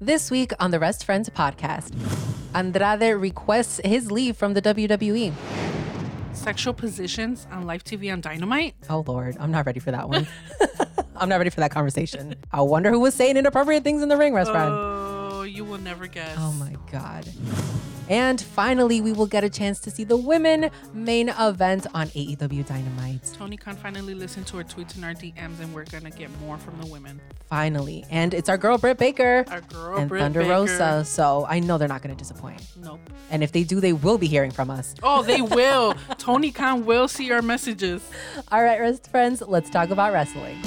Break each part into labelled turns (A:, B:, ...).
A: This week on the Rest Friends podcast, Andrade requests his leave from the E. WWE.
B: Sexual positions on live TV on Dynamite.
A: Oh, Lord, I'm not ready for that one. I'm not ready for that conversation. I wonder who was saying inappropriate things in the ring, Rest Friend.
B: Oh, you will never guess.
A: Oh my God. And finally, we will get a chance to see the women main event on AEW Dynamite.
B: Tony Khan finally listened to our tweets and our DMs, and we're gonna get more from the women.
A: Finally. And it's our girl, Britt Baker.
B: Our girl
A: and
B: Britt
A: Thunder
B: Baker.
A: Rosa. So I know they're not going to disappoint.
B: Nope.
A: And if they do, they will be hearing from us.
B: Oh, they will. Tony Khan will see our messages.
A: All right, rest friends, let's talk about wrestling.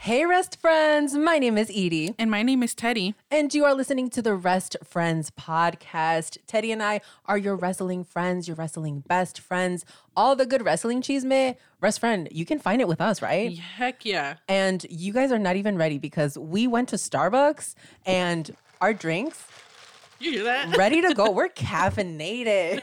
A: Hey, rest friends. My name is Edie,
B: And my name is Teddy.
A: and you are listening to the Rest Friends podcast. Teddy and I are your wrestling friends, your wrestling best friends, all the good wrestling cheese. Rest friend, you can find it with us, right?
B: Heck yeah.
A: and you guys are not even ready because we went to Starbucks and our drinks
B: You hear that?
A: ready to go. We're caffeinated.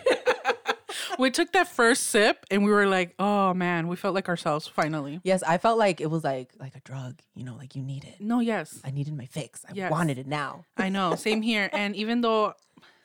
B: We took that first sip and we were like, oh man, we felt like ourselves finally.
A: yes, I felt like it was like like a drug, you know, like you need it.
B: No, yes.
A: I needed my fix. I
B: Yes.
A: wanted it now.
B: I know. Same here. And even though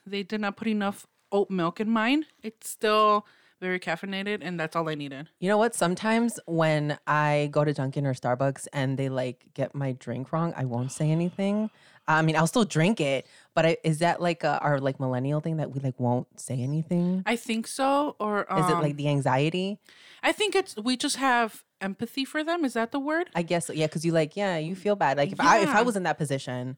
B: they did not put enough oat milk in mine, it's still very caffeinated and that's all I needed.
A: You know what? Sometimes when I go to Dunkin' or Starbucks and they like get my drink wrong, I won't say anything. I mean, I'll still drink it, but I, is that like a, our like millennial thing that we like won't say anything?
B: I think so. Or um,
A: Is it like the anxiety?
B: I think it's we just have empathy for them. Is that the word?
A: I guess yeah, because you like yeah, you feel bad. Like if I if I
B: Yeah.
A: was in that position,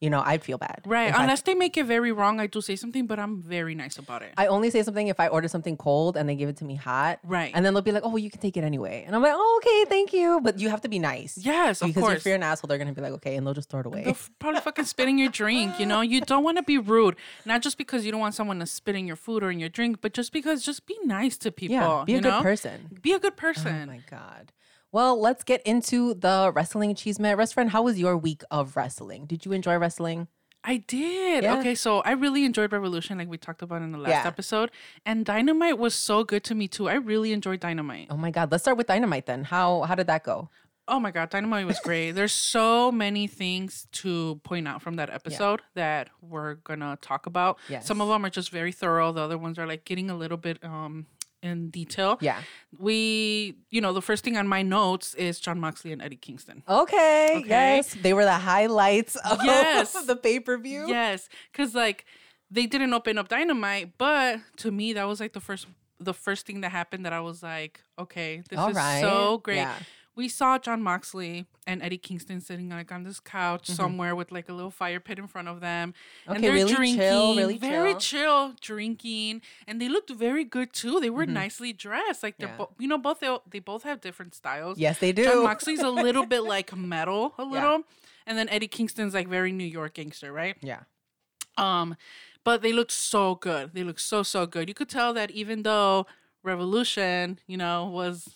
A: you know, I'd feel bad.
B: Right.
A: If I-
B: Unless they make it very wrong, I do say something, but I'm very nice about it.
A: I, only say something if I order something cold and they give it to me hot.
B: Right.
A: And then they'll be like, "Oh, well, you can take it anyway," and I'm like, "Oh, okay, thank you." But you have to be nice.
B: yes, of
A: Because
B: course.
A: if you're an asshole, they're gonna be like, "Okay," and they'll just throw it away.
B: They're f- probably fucking spitting your drink. You know, you don't want to be rude, not just because you don't want someone to spit in your food or in your drink, but just because just be nice to people.
A: yeah. Be a
B: you
A: good
B: know?
A: person.
B: Be a good
A: Oh
B: person.
A: my god. Well, let's get into the wrestling achievement. Restaurant, how was your week of wrestling? Did you enjoy wrestling?
B: I did.
A: Yeah.
B: Okay, so I really enjoyed Revolution, like we talked about in the last
A: Yeah.
B: episode, and Dynamite was so good to me too. I really enjoyed Dynamite.
A: Oh my god. Let's start with Dynamite then. How how did that go?
B: Oh my god, Dynamite was great. There's so many things to point out from that episode that we're gonna talk about. Some of
A: Yes.
B: them are just very thorough. The other ones are like getting a little bit um in detail.
A: Yeah.
B: We, you know, the first thing on my notes is John Moxley and Eddie Kingston.
A: Okay,
B: Okay.
A: Yes. They were the highlights of
B: Yes.
A: the pay per view.
B: Yes, because like they didn't open up Dynamite, but to me that was like the first the first thing that happened that I was like, okay, this
A: All
B: is
A: right.
B: so great.
A: Yeah.
B: We saw John Moxley and Eddie Kingston sitting like on this couch somewhere with like a little fire pit in front of them,
A: Mm-hmm. Okay,
B: and they're
A: really
B: drinking,
A: chill, really
B: very
A: chill.
B: chill, drinking, and they looked very good too. They were nicely dressed, like they're
A: Mm-hmm. Yeah.
B: bo- you know both they they both have different styles.
A: Yes, they
B: John
A: do.
B: Moxley's a little bit like metal, a little, and then Eddie Kingston's like very New York gangster, right?
A: yeah.
B: Um, but they looked so good. They looked so so good. You could tell that even though Revolution, you know, was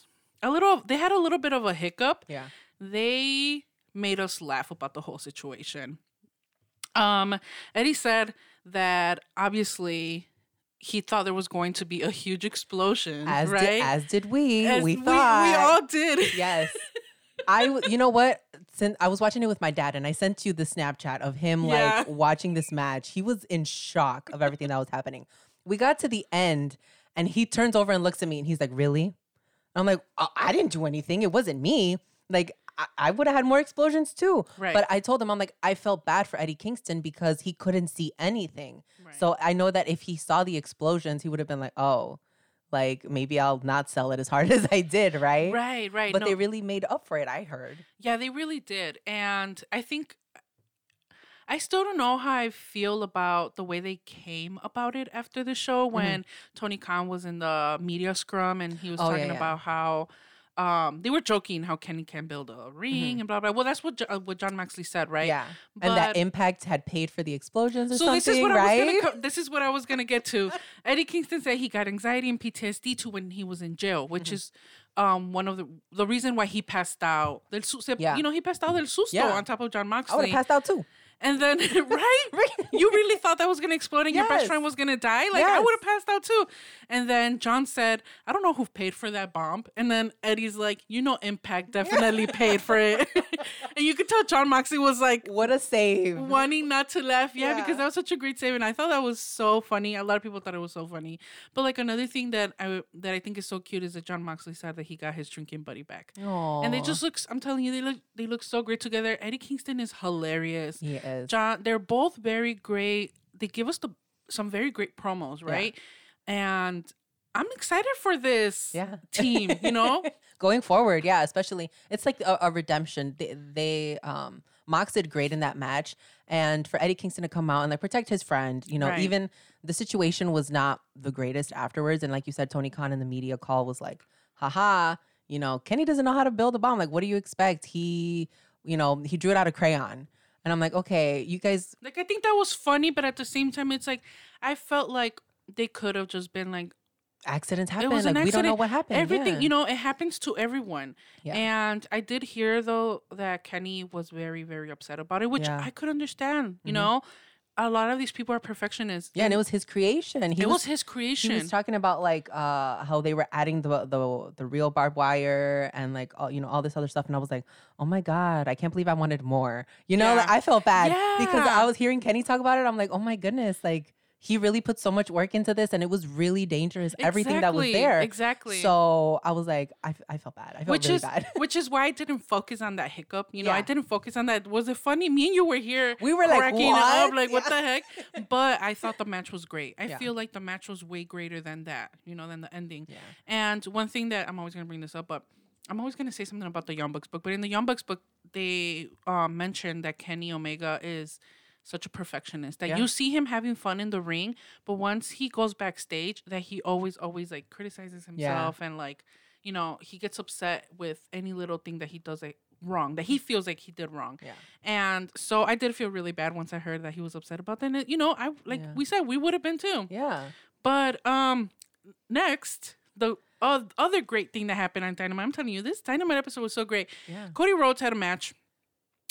B: a little, they had a little bit of a hiccup.
A: Yeah.
B: They made us laugh about the whole situation. Um, Eddie said that obviously he thought there was going to be a huge explosion,
A: As
B: right?
A: did as did we.
B: As
A: we
B: we,
A: thought.
B: all did.
A: yes. I w- you know what? Since I was watching it with my dad and I sent you the Snapchat of him
B: Yeah.
A: like watching this match. He was in shock of everything that was happening. We got to the end and he turns over and looks at me and he's like, "Really?" And I'm like, I-, "I didn't do anything. It wasn't me." Like I, I would have had more explosions too.
B: Right.
A: But I told him I'm like I felt bad for Eddie Kingston because he couldn't see anything.
B: Right.
A: So I know that if he saw the explosions, he would have been like, "Oh, like maybe I'll not sell it as hard as I did, right?"
B: right, right.
A: but
B: no.
A: they really made up for it. I heard.
B: Yeah, they really did. And I think I still don't know how I feel about the way they came about it after the show
A: Mm-hmm.
B: when Tony Khan was in the media scrum and he was
A: Oh, yeah,
B: talking
A: yeah.
B: about how um, they were joking how Kenny can build a
A: Mm-hmm.
B: ring and blah blah. Well, that's what jo- uh, what John Maxley said, right?
A: Yeah, and that
B: But-
A: impact had paid for the explosions or
B: So
A: something,
B: this is what
A: right?
B: I was gonna co- this is what I was gonna get to. Eddie Kingston said he got anxiety and PTSD too when he was in jail, which
A: Mm-hmm.
B: is um one of the the reason why he passed out. Del Su- se-
A: Yeah.
B: you know he passed out del susto
A: Yeah.
B: on top of John Moxley.
A: I would have passed out too.
B: And then, right? You really thought that was going to explode and your best
A: Yes.
B: friend was going to die? Like, I
A: Yes.
B: would have passed out too. And then John said, I don't know who paid for that bomb. And then Eddie's like, You know, Impact definitely paid for it. and you could tell John Moxley was like,
A: what a save.
B: wanting not to laugh. Yeah,
A: Mm-hmm. Yeah.
B: because that was such a great save, and I thought that was so funny. A lot of people thought it was so funny. But like another thing that I that I think is so cute is that John Moxley said that he got his drinking buddy back, and they
A: Aw.
B: just look. I'm telling you, they look they look so great together. Eddie Kingston is hilarious.
A: He is.
B: John, they're both very great. They give us the some very great promos, right? And I'm excited for this
A: Yeah.
B: team. You know,
A: going forward yeah especially it's like a, a redemption they, they um mox did great in that match and for eddie kingston to come out and like protect his friend you know
B: Right.
A: even the situation was not the greatest afterwards and like you said tony khan in the media call was like haha you know kenny doesn't know how to build a bomb like what do you expect he you know he drew it out of crayon and i'm like okay you guys
B: Like I think that was funny, but at the same time, it's like I felt like they could have just been like
A: accidents happen like
B: was an
A: we don't know
B: accident.
A: what happened
B: everything. You know, it happens to everyone.
A: Yeah.
B: And I did hear though that Kenny was very, very upset about it, which
A: Yeah.
B: I could understand. You
A: Mhm.
B: know, a lot of these people are perfectionists.
A: yeah and it was his creation he
B: it
A: was
B: was, his creation.
A: He was talking about like uh, how they were adding the the the real barbed wire and like all, you know all this other stuff, and I was like, oh my god, I can't believe I wanted more. You know, like,
B: Yeah.
A: I felt bad because
B: Yeah.
A: I was hearing Kenny talk about it. I'm like, oh my goodness, like he really put so much work into this, and it was really dangerous. Everything that was
B: Exactly,
A: there.
B: Exactly.
A: So I was like, I, f- I felt bad. I felt
B: Which
A: really
B: is
A: bad.
B: which is why I didn't focus on that hiccup. You know, I
A: Yeah.
B: didn't focus on that. Was it funny? Me and you were here.
A: We were like,
B: cracking it up,
A: "What?"
B: like what the
A: Yeah.
B: heck? But I thought the match was great. I
A: Yeah.
B: feel like the match was way greater than that. You know, than the ending.
A: Yeah.
B: And one thing that I'm always gonna bring this up, but I'm always gonna say something about the Young Bucks book. But in the Young Bucks book, they uh, mentioned that Kenny Omega is such a perfectionist that
A: Yeah.
B: you see him having fun in the ring, but once he goes backstage, that he always, always like criticizes himself and like, you know, he gets upset with any little thing that he does like wrong that he feels like he did wrong.
A: Yeah.
B: And so I did feel really bad once I heard that he was upset about that. And it- you know, I like
A: Yeah.
B: we said we would have been too.
A: Yeah.
B: But um, next the uh, other great thing that happened on Dynamite. I'm telling you, this Dynamite episode was so great.
A: Yeah.
B: Cody Rhodes had a match.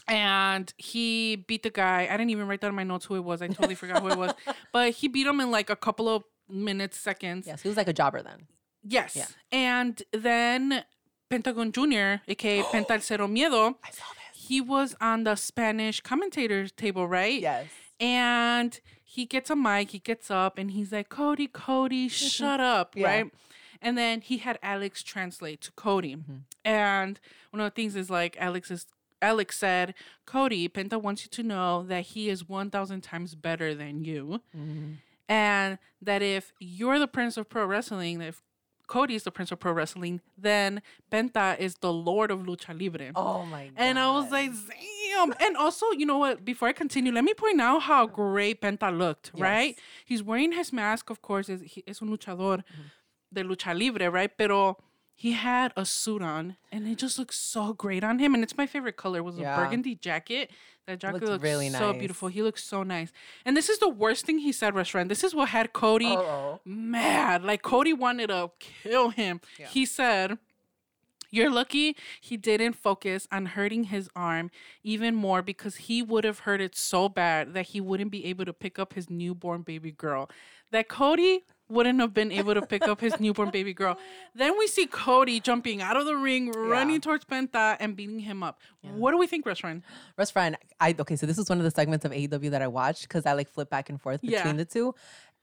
B: And he beat the guy. I didn't even write down in my notes who it was. I totally forgot who it was. But he beat him in like a couple of minutes, seconds.
A: Yes, he was like a jobber then.
B: Yes.
A: Yeah.
B: And then Pentagon Jr., aka Penta El Cero Miedo,
A: I saw this.
B: he was on the Spanish commentator's table, right?
A: Yes.
B: and he gets a mic he gets up and he's like cody cody shut up
A: Yeah.
B: right and then he had alex translate to cody and one of the things is like alex is alex said cody penta wants you to know that he is 1000 times better than you
A: Mhm.
B: and that if you're the prince of pro wrestling if cody is the prince of pro wrestling then penta is the lord of lucha libre
A: Oh my god.
B: and I was like, damn. And also, you know what? Before I continue, let me point out how great Penta looked, right?
A: Yes.
B: He's wearing his mask, of course, is he es un luchador
A: Mm-hmm.
B: de lucha libre, right? Pero he had a suit on and it just looks so great on him. And it's my favorite color was
A: Yeah.
B: a burgundy jacket. That jacket
A: Looks
B: looks
A: really
B: so
A: nice.
B: beautiful. He looks so nice. And this is the worst thing he said, restaurant. This is what had Cody
A: Uh-oh.
B: mad. Like Cody wanted to kill him.
A: Yeah.
B: He said, You're lucky he didn't focus on hurting his arm even more because he would have hurt it so bad that he wouldn't be able to pick up his newborn baby girl. That Cody wouldn't have been able to pick up his newborn baby girl. Then we see Cody jumping out of the ring, running towards Penta and beating him up. What do we think, restaurant?
A: Russ Fran, I okay, so this was one of the segments of AEW that I watched because I like flip back and forth between
B: Yeah.
A: the two.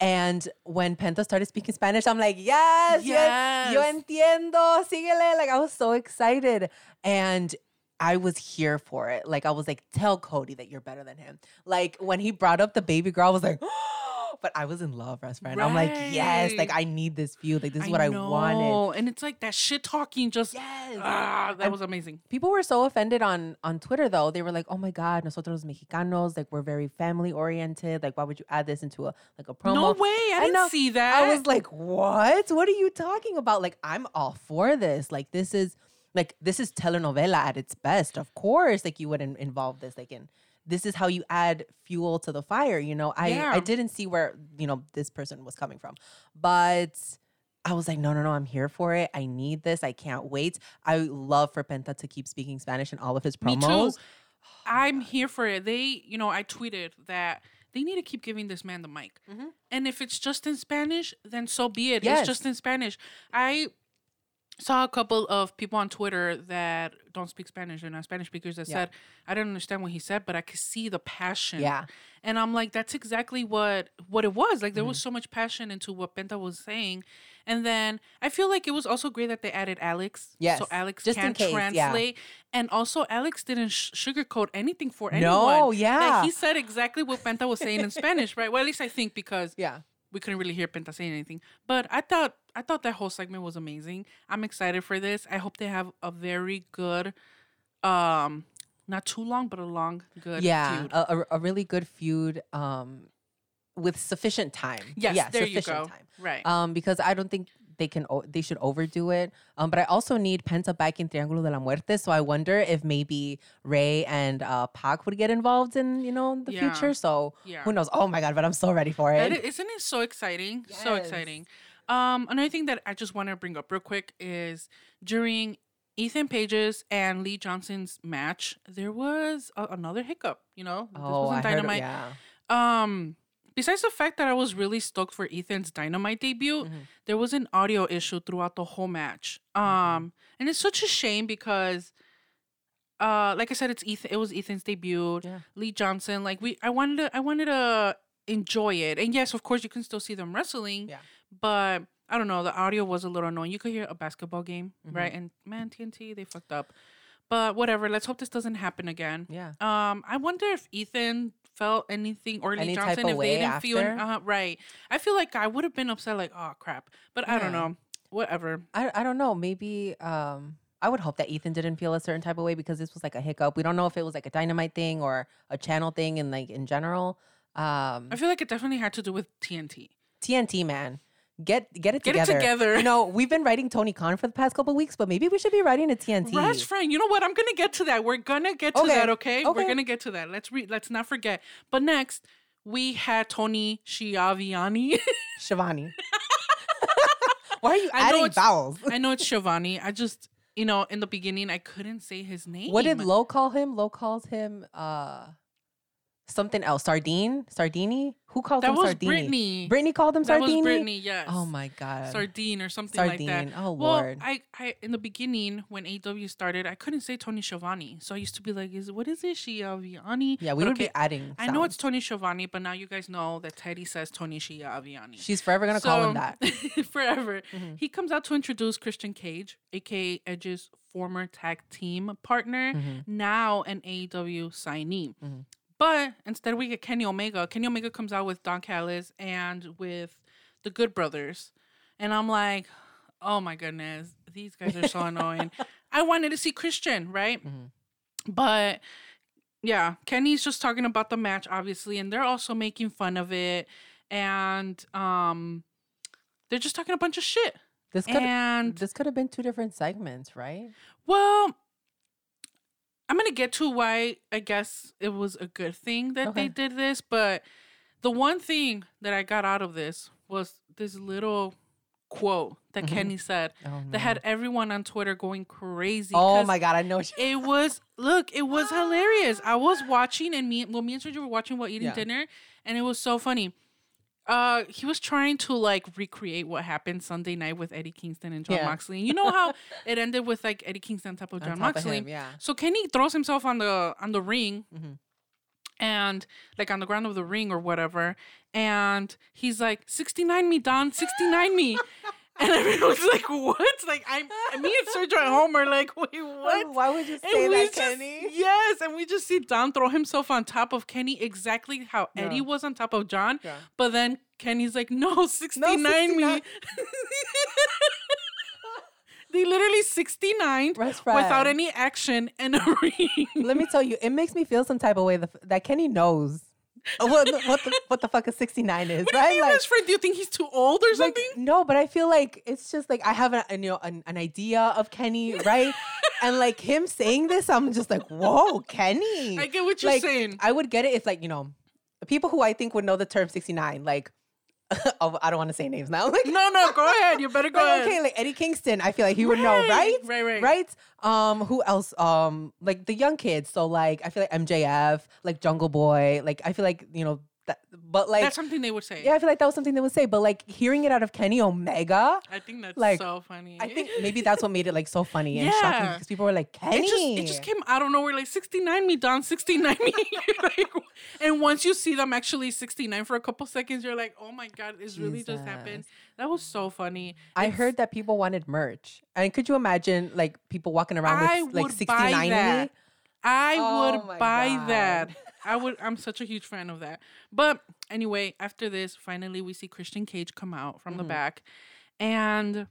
A: And when Penta started speaking Spanish, I'm like, yes, yes, yo
B: Yes.
A: entiendo, síguele. Like I was so excited. And I was here for it. Like I was like, tell Cody that you're better than him. Like when he brought up the baby girl, I was like, but I was in love, Russ Fran. I'm like, yes, like I need this feud. Like this is what I wanted.
B: know. And it's like that shit talking just.
A: Yes.
B: Ah, that
A: And
B: was amazing.
A: People were so offended on on Twitter though. They were like, "Oh my God, nosotros mexicanos, like we're very family oriented. Like why would you add this into a like a promo?"
B: No way! I,
A: I
B: didn't
A: know.
B: see that.
A: I was like, "What? What are you talking about? Like I'm all for this. Like this is like this is telenovela at its best. Of course, like you would in- involve this like in this is how you add fuel to the fire. You know, I
B: Yeah.
A: I didn't see where you know this person was coming from, but I was like, no, no, no, I'm here for it. I need this. I can't wait. I would love for Penta to keep speaking Spanish in all of his
B: Me too.
A: promos.
B: I'm here for it. They, you know, I tweeted that they need to keep giving this man the mic.
A: Mhm.
B: And if it's just in Spanish, then so be it.
A: Yes.
B: It's just in Spanish. I saw a couple of people on Twitter that don't speak Spanish and are Spanish speakers that
A: Yeah.
B: said, I didn't understand what he said, but I could see the passion.
A: Yeah.
B: And I'm like, that's exactly what what it was. Like there
A: Mm-hmm.
B: was so much passion into what Penta was saying. And then I feel like it was also great that they added Alex.
A: Yes,
B: So Alex
A: just in
B: can
A: case, yeah.
B: translate. And also Alex didn't sh- sugarcoat anything for anyone.
A: No,
B: Like
A: yeah.
B: he said exactly what Penta was saying in Spanish, right? Well, at least I think because
A: yeah.
B: we couldn't really hear Penta saying anything. But I thought I thought that whole segment was amazing. I'm excited for this. I hope they have a very good um not too long, but a long good
A: yeah.
B: feud.
A: A, a, a really good feud um, with sufficient time.
B: Yes,
A: Yeah,
B: there you
A: sufficient
B: go.
A: time.
B: Right.
A: Um, because I don't think they can o- they should overdo it. Um, but I also need Penta back in Triángulo de la Muerte, so I wonder if maybe Ray and uh, Pac would get involved in you know the
B: Yeah.
A: future. So
B: yeah.
A: who knows? Oh my god! But I'm so ready for
B: That
A: it.
B: is, isn't it so exciting? So
A: Yes.
B: exciting. Um, another thing that I just want to bring up real quick is during Ethan Page's and Lee Johnson's match, there was a- another hiccup. You know, this
A: oh,
B: wasn't
A: I heard.
B: Dynamite.
A: Yeah.
B: Um, besides the fact that I was really stoked for Ethan's Dynamite debut,
A: Mhm.
B: there was an audio issue throughout the whole match. Um,
A: Mm-hmm.
B: and it's such a shame because. Uh, like I said, it's Ethan. It was Ethan's debut.
A: Yeah.
B: Lee Johnson. Like we, I wanted to, I wanted to enjoy it. And yes, of course, you can still see them wrestling.
A: Yeah.
B: But I don't know. The audio was a little annoying. You could hear a basketball game,
A: Mhm.
B: right? And man, TNT, they fucked up. But whatever. Let's hope this doesn't happen again.
A: Yeah.
B: Um, I wonder if Ethan felt anything or Lee
A: Any type
B: Johnson
A: of
B: if
A: way
B: they didn't feel
A: after?
B: uh, right. I feel like I would have been upset. Like, oh crap. But I don't
A: Yeah.
B: know. Whatever.
A: I, I don't know. Maybe um, I would hope that Ethan didn't feel a certain type of way because this was like a hiccup. We don't know if it was like a dynamite thing or a channel thing, and like in general, um,
B: I feel like it definitely had to do with TNT.
A: TNT man, get get it
B: Get
A: together.
B: it together.
A: You know, we've been writing Tony Khan for the past couple weeks, but maybe we should be writing a TNT.
B: Rush friend, you know what? I'm gonna get to that. We're gonna get to
A: Okay,
B: that, okay? We're
A: okay.
B: gonna get to that. Let's read let's not forget. But next, we had Tony Schiaviani.
A: Shivani. Why are you
B: I know
A: adding
B: it's-
A: vowels?
B: I know it's Schiavani. I just you know, in the beginning I couldn't say his name.
A: What did Lo call him? Lo calls him uh, something else. Sardine, Sardini. Who called
B: that
A: him
B: was
A: Sardini?
B: Brittany.
A: Brittany called him
B: That
A: Sardini.
B: was Brittany, yes.
A: Oh my god.
B: Sardine or something
A: Sardine.
B: like that.
A: Oh
B: Well,
A: lord.
B: I, I in the beginning when AW started, I couldn't say Tony Schiavani. So I used to be like, is what is it? Schiaviani?
A: yeah, we
B: But
A: would
B: okay,
A: be adding.
B: I know
A: sounds.
B: it's Tony Schiavani, but now you guys know that Teddy says Tony Schiaviani.
A: She's forever gonna call him
B: So,
A: that.
B: forever.
A: Mhm.
B: He comes out to introduce Christian Cage, aka Edge's former tag team partner,
A: Mhm.
B: now an AEW signee.
A: Mhm.
B: But instead, we get Kenny Omega. Kenny Omega comes out with Don Callis and with the Good Brothers, and I'm like, oh my goodness, these guys are so annoying. I wanted to see Christian, right?
A: Mhm.
B: But yeah, Kenny's just talking about the match, obviously, and they're also making fun of it. And um they're just talking a bunch of shit.
A: This could
B: And
A: this could have been two different segments, right?
B: well, I'm gonna get to why I guess it was a good thing that
A: Okay.
B: they did this, but the one thing that I got out of this was this little quote that
A: Mhm.
B: Kenny said
A: Oh,
B: that had everyone on Twitter going crazy.
A: Oh
B: 'cause
A: my god, I know. She-
B: it was look, it was hilarious. I was watching and me well, me and Sergio were watching while eating
A: Yeah.
B: dinner and it was so funny. Uh he was trying to like recreate what happened Sunday night with Eddie Kingston and John
A: Yeah.
B: Moxley. And you know how it ended with like Eddie Kingston on top of
A: on
B: John
A: top of
B: Moxley.
A: him, yeah.
B: So Kenny throws himself on the on the ring
A: Mhm.
B: and like on the ground of the ring or whatever. And he's like, 69 me, Don, 69 me. and everyone's like, what? Like I'm me and Sergio at home are like, wait, what?
A: Why would you
B: And
A: say
B: we
A: that,
B: just-
A: Kenny?
B: Yes, and we just see Don throw himself on top of Kenny exactly how
A: Yeah.
B: Eddie was on top of John.
A: Yeah.
B: But then Kenny's like, no, 69 me.
A: 69.
B: they literally 69
A: Rest
B: without
A: friend.
B: any action and a ring.
A: Let me tell you, it makes me feel some type of way the f- that Kenny knows uh, what what the, what the fuck a sixty nine is,
B: What do
A: right?
B: you, best friend? Do you think he's too old or
A: like,
B: something?
A: no, but I feel like it's just like I have an an, you know, an, an idea of Kenny, right? and like him saying this, I'm just like, whoa, Kenny.
B: I get what you're
A: like,
B: saying.
A: I would get it if like you know people who I think would know the term sixty nine, like oh, I don't want to say names now. Like,
B: No, no, go ahead. You better go
A: like,
B: ahead.
A: okay, like Eddie Kingston, I feel like he would know, right?
B: Right, right.
A: Right? Um, who else? Um, like the young kids. So like I feel like MJF, like Jungle Boy, like I feel like, you know, that, but like
B: That's something they would say.
A: yeah, I feel like that was something they would say. But like hearing it out of Kenny Omega,
B: I think that's
A: Like,
B: so funny.
A: I think maybe that's what made it like so funny and shocking
B: Yeah.
A: because people were like, Kenny.
B: It just, it just came out of nowhere, like 69 me, Don, 69 me. like, and once you see them actually 69 for a couple seconds, you're like, oh my God, this really just happened. That was so funny.
A: I
B: It's-
A: heard that people wanted merch. And could you imagine like people walking around
B: I
A: with like
B: would
A: 69
B: buy
A: in
B: that.
A: it?
B: I
A: Oh my
B: would buy
A: God.
B: that. I would. I'm such a huge fan of that. But anyway, after this, finally we see Christian Cage come out from the
A: Mhm.
B: back, and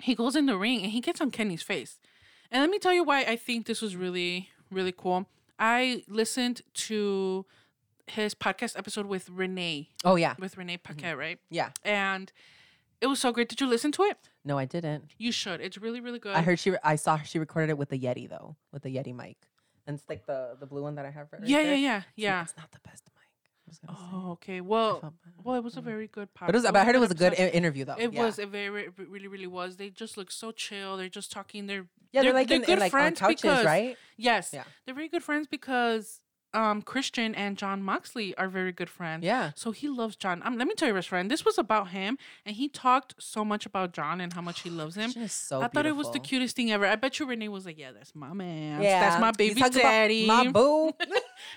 B: he goes in the ring and he gets on Kenny's face. And let me tell you why I think this was really, really cool. I listened to his podcast episode with Renee,
A: Oh yeah.
B: with Renee Paquette, right?
A: Yeah.
B: And it was so great. Did you listen to it?
A: No, I didn't.
B: You should. It's really, really good.
A: I heard she. Re- I saw she recorded it with the Yeti though, with the Yeti mic, and it's like the the blue one that I have. Right
B: Yeah,
A: there.
B: yeah, yeah,
A: It's n-
B: yeah.
A: It's not the best mic. I'm just gonna say.
B: Oh, okay.
A: I
B: Well,
A: felt bad. Mm.
B: well, it was a very good podcast.
A: But it was. But I heard it was a good i- interview though.
B: It
A: Oh, yeah.
B: was a very, it really, really was. They just look so chill. They're just talking. They're
A: Yeah, they're,
B: they're-
A: like
B: they're
A: in, in,
B: good
A: like on
B: friends
A: couches,
B: because-
A: right?
B: yes,
A: Yeah.
B: they're very good friends because um Christian and John Moxley are very good friends.
A: Yeah.
B: So he loves John. Um, let me tell you, best friend, this was about him, and he talked so much about John and how much he loves him.
A: She is so
B: I thought it was the
A: beautiful.
B: cutest thing ever. I bet you Renee was like, "Yeah, that's my man.
A: Yeah,
B: that's my
A: You
B: baby
A: talking about
B: daddy.
A: my boo.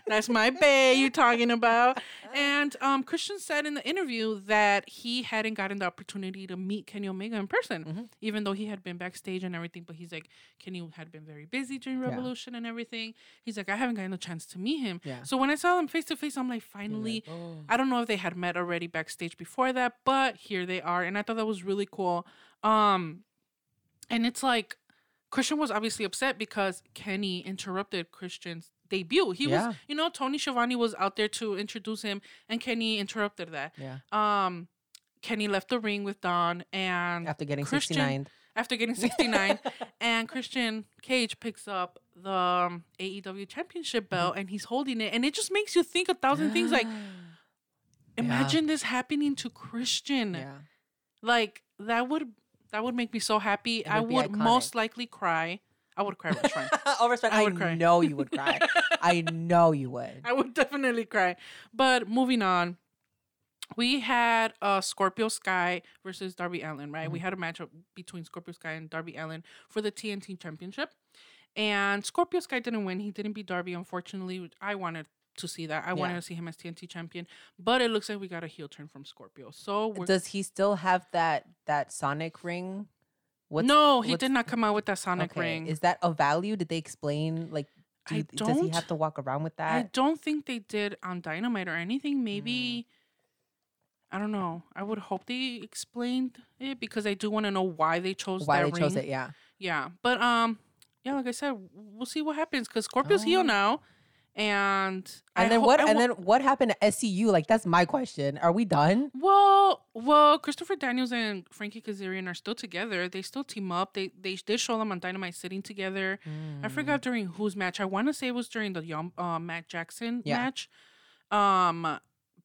B: That's my bae you talking about. And um, Christian said in the interview that he hadn't gotten the opportunity to meet Kenny Omega in person,
A: Mhm.
B: even though he had been backstage and everything. But he's like, Kenny had been very busy during
A: Yeah.
B: Revolution and everything. He's like, I haven't gotten a chance to meet him.
A: Yeah.
B: So when I saw them face to face, I'm like,
A: You're
B: finally,
A: like, "Oh."
B: I don't know if they had met already backstage before that, but here they are. And I thought that was really cool. Um and it's like Christian was obviously upset because Kenny interrupted Christian's debut. He
A: Yeah.
B: was, you know, Tony Schiavone was out there to introduce him and Kenny interrupted that.
A: Yeah.
B: Um Kenny left the ring with Don and
A: After getting
B: Christian-
A: 69.
B: after getting 69 and Christian Cage picks up the um, AEW championship belt and he's holding it and it just makes you think a thousand things like
A: Yeah.
B: Imagine this happening to Christian.
A: yeah.
B: Like that would that would make me so happy. I
A: would be
B: would
A: iconic.
B: most likely cry. I would cry with Trent.
A: Over Sprite,
B: I
A: I,
B: would cry.
A: know you would cry. I know you would.
B: I would definitely cry. But moving on, we had uh, Scorpio Sky versus Darby Allen, right?
A: Mm-hmm.
B: We had a matchup between Scorpio Sky and Darby Allen for the TNT Championship. And Scorpio Sky didn't win. He didn't beat Darby, unfortunately. I wanted to see that. I wanted
A: Yeah.
B: to see him as TNT champion. But it looks like we got a heel turn from Scorpio. So we're
A: Does he still have that that Sonic ring? What's
B: no, he
A: what's-
B: did not come out with that Sonic
A: okay.
B: ring.
A: Is that a value? Did they explain like do
B: I
A: you- does he
B: don't-
A: have to walk around with
B: I
A: that?
B: don't think they did on Dynamite or anything. Maybe
A: Mm.
B: I don't know. I would hope they explained it because I do want to know why they chose
A: Why
B: that
A: they
B: ring.
A: chose it, yeah.
B: Yeah, but um, yeah, like I said, we'll see what happens because Scorpio's heel
A: Oh.
B: now, and
A: And
B: I
A: then
B: ho-
A: what
B: I
A: and
B: wa-
A: then what happened to SCU? Like that's my question. Are we done?
B: Well, well, Christopher Daniels and Frankie Kazarian are still together. They still team up. They they did show them on Dynamite sitting together. I
A: Mm.
B: forgot during whose match. I want to say it was during the Young, uh, Matt Jackson
A: Yeah.
B: match. Um,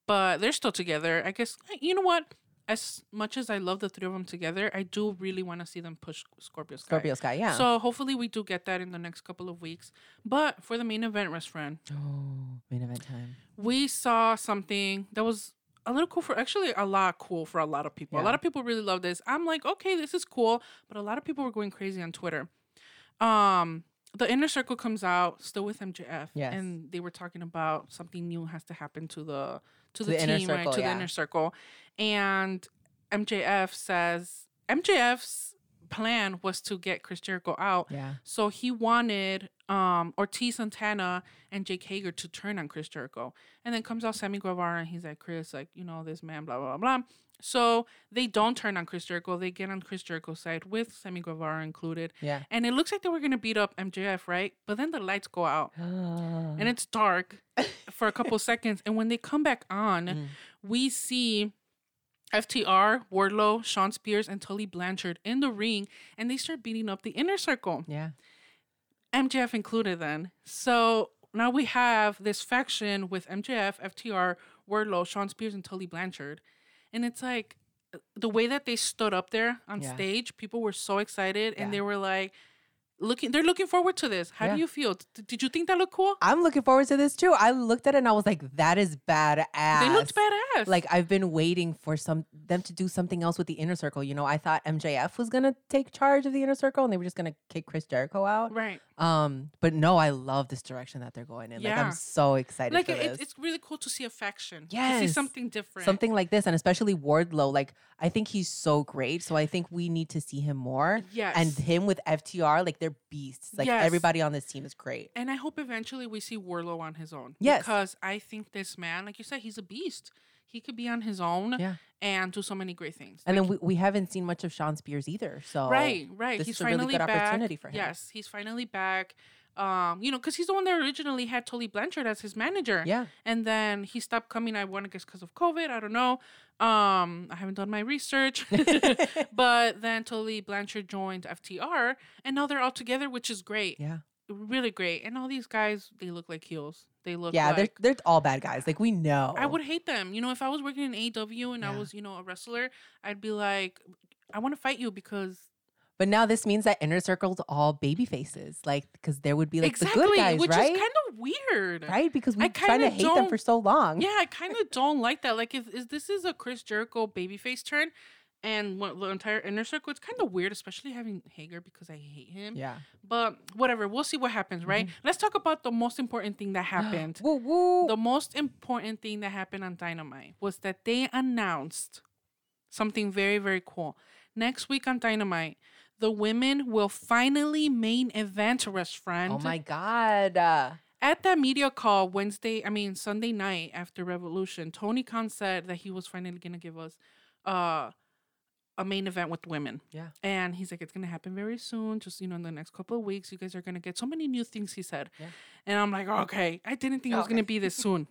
B: but they're still together. I guess you know what. As much as I love the three of them together, I do really want to see them push Scorpio Sky.
A: Scorpio Sky, yeah.
B: So hopefully we do get that in the next couple of weeks. But for the main event, rest friend,
A: oh, main event time.
B: we saw something that was a little cool for actually a lot cool for a lot of people. A
A: Yeah.
B: lot of people really love this. I'm like, okay, this is cool, but a lot of people were going crazy on Twitter. Um, the inner circle comes out still with MJF,
A: Yes.
B: and they were talking about something new has to happen to the to
A: To
B: the,
A: the
B: team,
A: inner
B: right?
A: circle,
B: To
A: yeah.
B: the inner circle, and MJF says MJF's plan was to get Chris Jericho out
A: Yeah.
B: so he wanted um, Ortiz Santana and Jake Hager to turn on Chris Jericho. And then comes out Sammy Guevara and he's like, Chris, like, you know, this man, blah, blah, blah, blah. So they don't turn on Chris Jericho. They get on Chris Jericho's side with Sammy Guevara included.
A: Yeah.
B: And it looks like they were going to beat up MJF, right? But then the lights go out
A: Mm-hmm.
B: and it's dark for a couple seconds. And when they come back on,
A: Mm.
B: we see FTR, Wardlow, Sean Spears, and Tully Blanchard in the ring and they start beating up the inner circle.
A: yeah.
B: MJF included then. So now we have this faction with MJF, FTR, Wardlow, Sean Spears, and Tully Blanchard. And it's like uh, the way that they stood up there on
A: Yeah.
B: stage, people were so excited and
A: Yeah.
B: they were like, looking, they're looking forward to this. How
A: Yeah.
B: do you feel? D- did you think that looked cool?
A: I'm looking forward to this too. I looked at it and I was like, that is badass.
B: They looked badass.
A: Like I've been waiting for some them to do something else with the inner circle. You know, I thought MJF was gonna take charge of the inner circle and they were just gonna kick Chris Jericho out.
B: right.
A: Um, but no, I love this direction that they're going in. Like
B: Yeah.
A: I'm so excited
B: Like
A: for
B: it,
A: this.
B: it- it's really cool to see a faction. To see
A: Yes.
B: something different.
A: Something like this, and especially Wardlow. Like I think he's so great. So I think we need to see him more.
B: Yes.
A: And him with FTR, like they're beasts. Like
B: Yes.
A: everybody on this team is great.
B: And I hope eventually we see Warlow on his own.
A: Yes.
B: Because I think this man, like you said, he's a beast. He could be on his own
A: Yeah.
B: and do so many great things.
A: And then we, we haven't seen much of Sean Spears either. So
B: right, right.
A: this
B: he's
A: is a really
B: finally
A: good
B: back.
A: opportunity for him.
B: Yes, he's finally back. Um, you know, because he's the one that originally had Tully Blanchard as his manager.
A: Yeah.
B: And then he stopped coming, I want to guess because of COVID. I don't know. Um, I haven't done my research. but then Tully Blanchard joined FTR and now they're all together, which is great.
A: Yeah.
B: Really great. And all these guys, they look like heels. They look
A: Yeah,
B: like
A: they're they're all bad guys. Like we know.
B: I would hate them. You know, if I was working in AW and I
A: Yeah.
B: was, you know, a wrestler, I'd be like, I want to fight you because
A: But now this means that inner circle's all baby faces, like because there would be like
B: exactly,
A: the good guys,
B: which
A: right?
B: is kind of weird.
A: right? Because
B: I
A: we kind
B: kinda
A: of hate them for
B: don't-
A: so long.
B: Yeah, I kind of don't like that. Like, if, if this is a Chris Jericho babyface turn, and what, the entire inner circle, it's kind of weird, especially having Hager because I hate him.
A: Yeah. Mm-hmm.
B: But whatever, we'll see what happens, right? Let's talk about the most important thing that happened.
A: Woo woo. Oh
B: the most important thing that happened on Dynamite was that they announced something very, very cool. Next week on Dynamite, the women will finally main event Rest Friend
A: oh my god. Uh,
B: at that media call Wednesday, I mean Sunday night after Revolution, Tony Khan said that he was finally gonna give us uh a main event with women.
A: Yeah.
B: And he's like, it's gonna happen very soon, just you know, in the next couple of weeks. You guys are gonna get so many new things, he said.
A: Yeah.
B: And I'm like, okay, I didn't think it was
A: Okay.
B: gonna be this soon.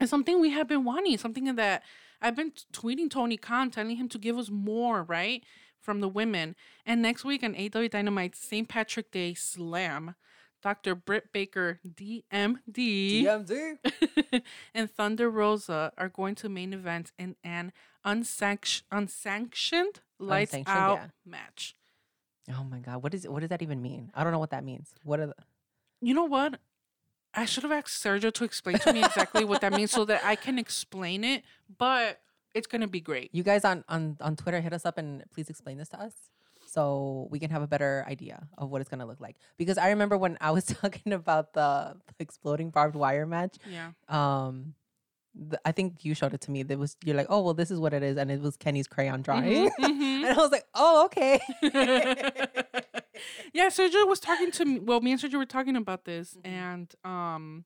B: it's something we have been wanting, something that I've been t- tweeting Tony Khan, telling him to give us more, right? From the women. And next week on AW Dynamite, St. Patrick Day Slam, Dr. Britt Baker, DMD,
A: DMZ.
B: and Thunder Rosa are going to main event in an unsanction- unsanctioned lights
A: Unsanctioned,
B: out
A: yeah.
B: match.
A: Oh my god. What is it? What does that even mean? I don't know what that means. What are the,
B: You know what? I should have asked Sergio to explain to me exactly what that means so that I can explain it, but it's going to be great.
A: you guys on on on Twitter? Hit us up and please explain this to us. So we can have a better idea of what it's gonna look like. Because I remember when I was talking about the exploding barbed wire match,
B: Yeah.
A: um th- I think you showed it to me. There was you're like, oh well, this is what it is, and it was Kenny's crayon drawing,
B: Mhm,
A: and I was like, oh okay.
B: mhm. yeah, Sergio was talking to me. Well, me and Sergio were talking about this,
A: Mm-hmm.
B: and um,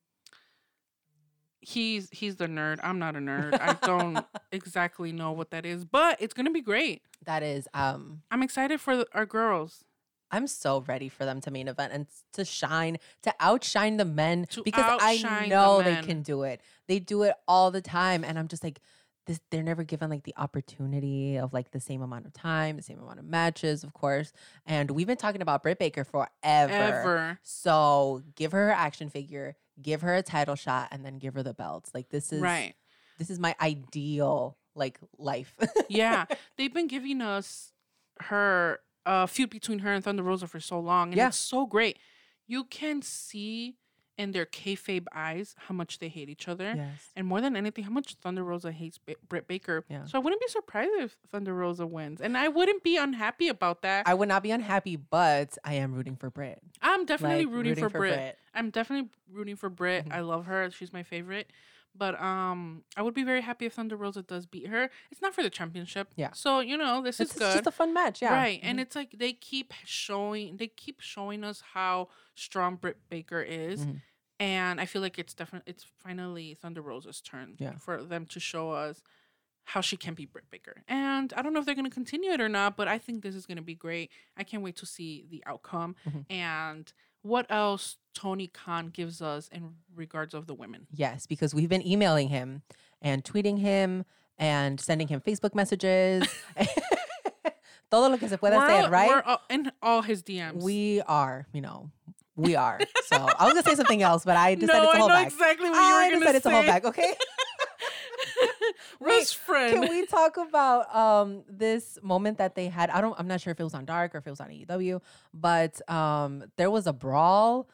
B: he's he's the nerd. I'm not a nerd. I don't exactly know what that is, but it's gonna be great.
A: that is, um,
B: I'm excited for the, our girls.
A: I'm so ready for them to main event and s- to shine, to outshine the men
B: To
A: because I
B: outshine the
A: know they
B: men.
A: can do it. They do it all the time, and I'm just like. This, they're never given like the opportunity of like the same amount of time, the same amount of matches, of course. And we've been talking about Britt Baker forever.
B: Ever.
A: So give her her action figure, give her a title shot, and then give her the belts. Like this is
B: Right.
A: this is my ideal like life.
B: yeah, they've been giving us her uh, feud between her and Thunder Rosa for so long, and
A: Yeah.
B: it's so great. You can see in their kayfabe eyes how much they hate each other,
A: yes.
B: and more than anything, how much Thunder Rosa hates ba- Britt Baker.
A: Yeah.
B: So I wouldn't be surprised if Thunder Rosa wins, and I wouldn't be unhappy about that.
A: I would not be unhappy, but I am rooting for Brit.
B: I, am definitely
A: Like,
B: rooting, for, Britt.
A: Brit.
B: I'm definitely rooting for Britt.
A: Mhm.
B: I love her; she's my favorite. But um, I would be very happy if Thunder Rosa does beat her. It's not for the championship,
A: Yeah.
B: So you know, this
A: It's,
B: is
A: it's
B: good.
A: just a fun match, yeah.
B: Right. And
A: Mhm.
B: it's like they keep showing they keep showing us how strong Britt Baker is.
A: Mhm.
B: And I feel like it's definitely it's finally Thunder Rosa's turn
A: Yeah.
B: for them to show us how she can be Britt Baker. And I don't know if they're gonna continue it or not, but I think this is gonna be great. I can't wait to see the outcome
A: Mhm.
B: and what else Tony Khan gives us in regards of the women.
A: yes, because we've been emailing him and tweeting him and sending him Facebook messages. Todo lo que se pueda
B: We're
A: hacer,
B: all-
A: right?
B: We're all, in all his DMs.
A: We are, you know, We are. So I was gonna say something else, but I decided
B: no,
A: to
B: I know
A: hold back.
B: exactly what
A: I
B: you were going
A: decided
B: to say.
A: to hold back. Okay. Wait,
B: Rose friend.
A: Can we talk about um this moment that they had? I don't. I'm not sure if it was on Dark or if it was on AEW, but um there was a brawl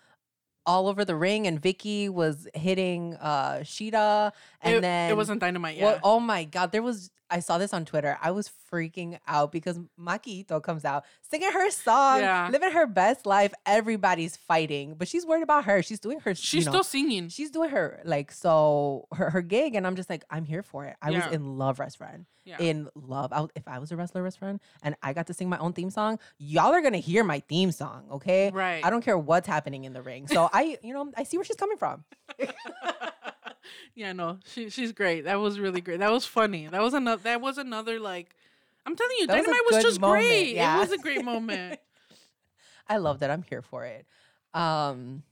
A: all over the ring, and Vicky was hitting uh Sheeta, and
B: it,
A: then
B: it wasn't dynamite yet.
A: Well, oh my god, there was. I saw this on Twitter. I was freaking out because Maquito comes out singing her song,
B: Yeah.
A: living her best life. Everybody's fighting, but she's worried about her. She's doing her.
B: She's
A: you know,
B: still singing.
A: she's doing her like so her, her gig and i'm just like i'm here for it i
B: Yeah.
A: was in love restaurant
B: Yeah.
A: in love I, was- if i was a wrestler restaurant and i got to sing my own theme song y'all are gonna hear my theme song okay
B: right.
A: i don't care what's happening in the ring so i you know i see where she's coming from
B: yeah, no, she she's great. That was really great. That was funny. That was another. That was another like. I'm telling you,
A: That was a
B: dynamite was,
A: good
B: just
A: moment,
B: great.
A: yeah.
B: It was a great moment.
A: i love that i'm here for it um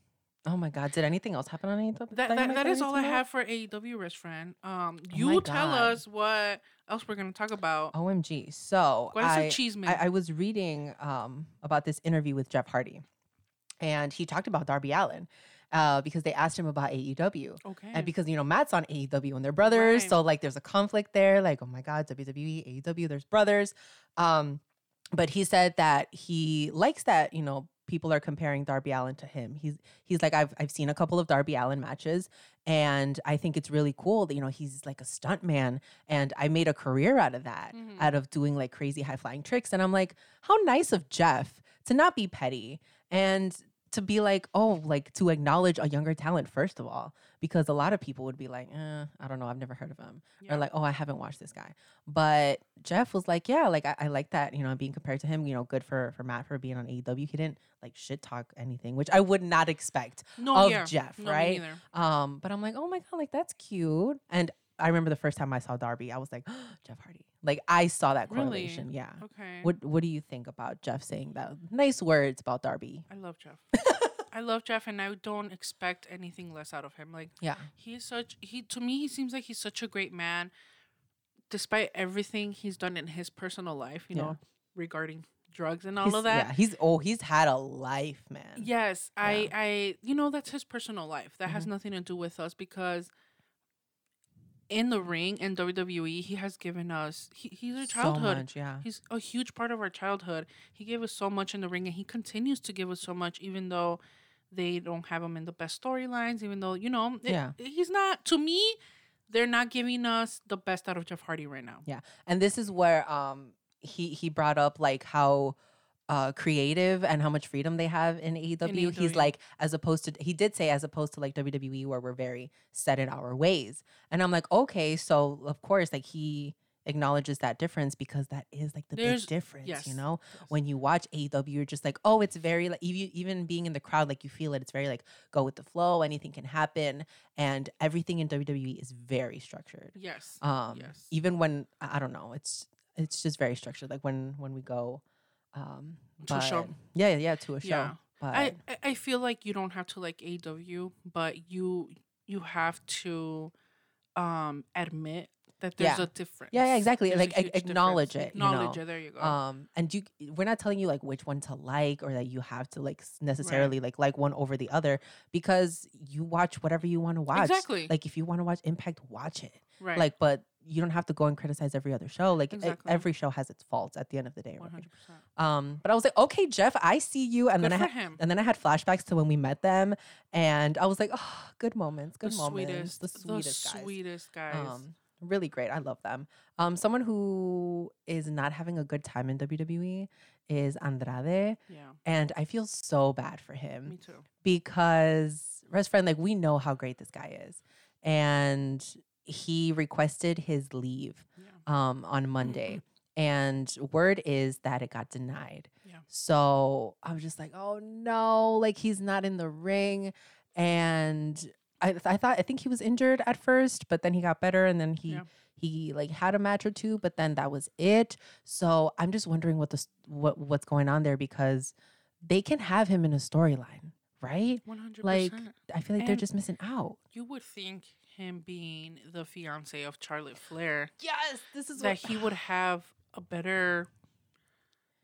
A: oh my god did anything else happen on AEW?
B: that, that
A: Dynamite
B: that is
A: we
B: all
A: need
B: I
A: to know?
B: have for AEW, rest friend. Um,
A: Oh my
B: you tell
A: God.
B: us what else we're gonna talk about.
A: omg so
B: what is
A: I,
B: a cheeseman?
A: I, I was reading um, about this interview with Jeff Hardy, and he talked about Darby Allen uh, because they asked him about AEW.
B: okay.
A: And because you know Matt's on AEW and they're brothers,
B: Right.
A: so like there's a conflict there. Like oh my God, WWE, AEW, there's brothers. Um, but he said that he likes that you know people are comparing Darby Allen to him. He's he's like I've I've seen a couple of Darby Allen matches, and I think it's really cool that you know he's like a stunt man, and I made a career out of that,
B: Mhm.
A: out of doing like crazy high flying tricks. And I'm like, how nice of Jeff to not be petty and to be like, oh, like to acknowledge a younger talent first of all because a lot of people would be like, eh, I don't know, I've never heard of him.
B: Yeah.
A: Or like, oh, I haven't watched this guy. But Jeff was like, yeah, like I, I like that, you know, being compared to him, you know, good for for Matt for being on AEW. He didn't like shit talk anything, which I would not expect.
B: no,
A: of
B: yeah.
A: Jeff,
B: No, me
A: right?
B: neither.
A: Um, but I'm like, oh my God, like that's cute. And I remember the first time I saw Darby, I was like, Jeff Hardy. Like I saw that
B: Really?
A: correlation. Yeah.
B: Okay.
A: What what do you think about Jeff saying that nice words about Darby?
B: I love Jeff. I love Jeff, and I don't expect anything less out of him. Like
A: Yeah.
B: he's such he to me he seems like he's such a great man despite everything he's done in his personal life you
A: Yeah.
B: know regarding drugs and all
A: He's-
B: of that
A: Yeah, he's oh, he's had a life, man.
B: yes
A: Yeah. Mm-hmm.
B: i i you know that's his personal life that has nothing to do with us because in the ring in wwe he has given us he, he's a childhood
A: So much, yeah.
B: He's a huge part of our childhood. He gave us so much in the ring, and he continues to give us so much, even though they don't have him in the best storylines. Even though you know, it-
A: Yeah.
B: he's not. To me, they're not giving us the best out of Jeff Hardy right now.
A: and this is where um he he brought up like how uh creative and how much freedom they have in AEW.
B: AEW.
A: He's like as opposed to he did say as opposed to like WWE where we're very set in our ways. And I'm like, okay, so of course like he acknowledges that difference because that is like the
B: There's-
A: big difference,
B: yes,
A: you know? When you watch AEW, you're just like, oh, it's very like even even being in the crowd, like you feel it. It's very like go with the flow, anything can happen. And everything in WWE is very structured
B: Yes.
A: um
B: Yes.
A: even when i I don't know it's it's just very structured like when when we go um
B: To a show.
A: but- yeah yeah, yeah to a show
B: Yeah.
A: but
B: I, I I feel like you don't have to like AW, but you you have to um admit that there's
A: Yeah.
B: a difference.
A: Yeah, yeah, exactly.
B: There's a
A: Like, a-
B: huge difference.
A: acknowledge it, you know.
B: Acknowledge it. There you go.
A: um and you we're not telling you like which one to like or that you have to like s- necessarily like like one over the other because you watch whatever you want to watch
B: Exactly.
A: like if you want to watch impact watch it
B: right.
A: like but you don't have to go and criticize every other show like e-
B: Exactly.
A: every show has its faults at the end of the day
B: one
A: right?
B: hundred percent.
A: um but i was like okay jeff i see you and
B: Good
A: then i
B: for
A: ha-
B: him.
A: And then I had flashbacks to when we met them, and I was like, oh, good moments, good moments, the sweetest guys,
B: sweetest guys.
A: Um, really great. I love them. Um, someone who is not having a good time in WWE is Andrade,
B: yeah,
A: and I feel so bad for him
B: me too.
A: because best friend like we know how great this guy is and he requested his leave
B: Yeah.
A: um on monday and word is that it got denied
B: Mm-hmm. Yeah.
A: so i was just like oh no like he's not in the ring and I, I thought I think he was injured at first, but then he got better, and then he
B: Yeah.
A: he like had a match or two, but then that was it. So I'm just wondering what the s- what what's going on there because they can have him in a storyline, right?
B: One hundred
A: Like
B: percent.
A: I feel like they're
B: And-
A: just missing out.
B: You would think him being the fiance of Charlotte Flair
A: Yes, this is
B: that he would have a better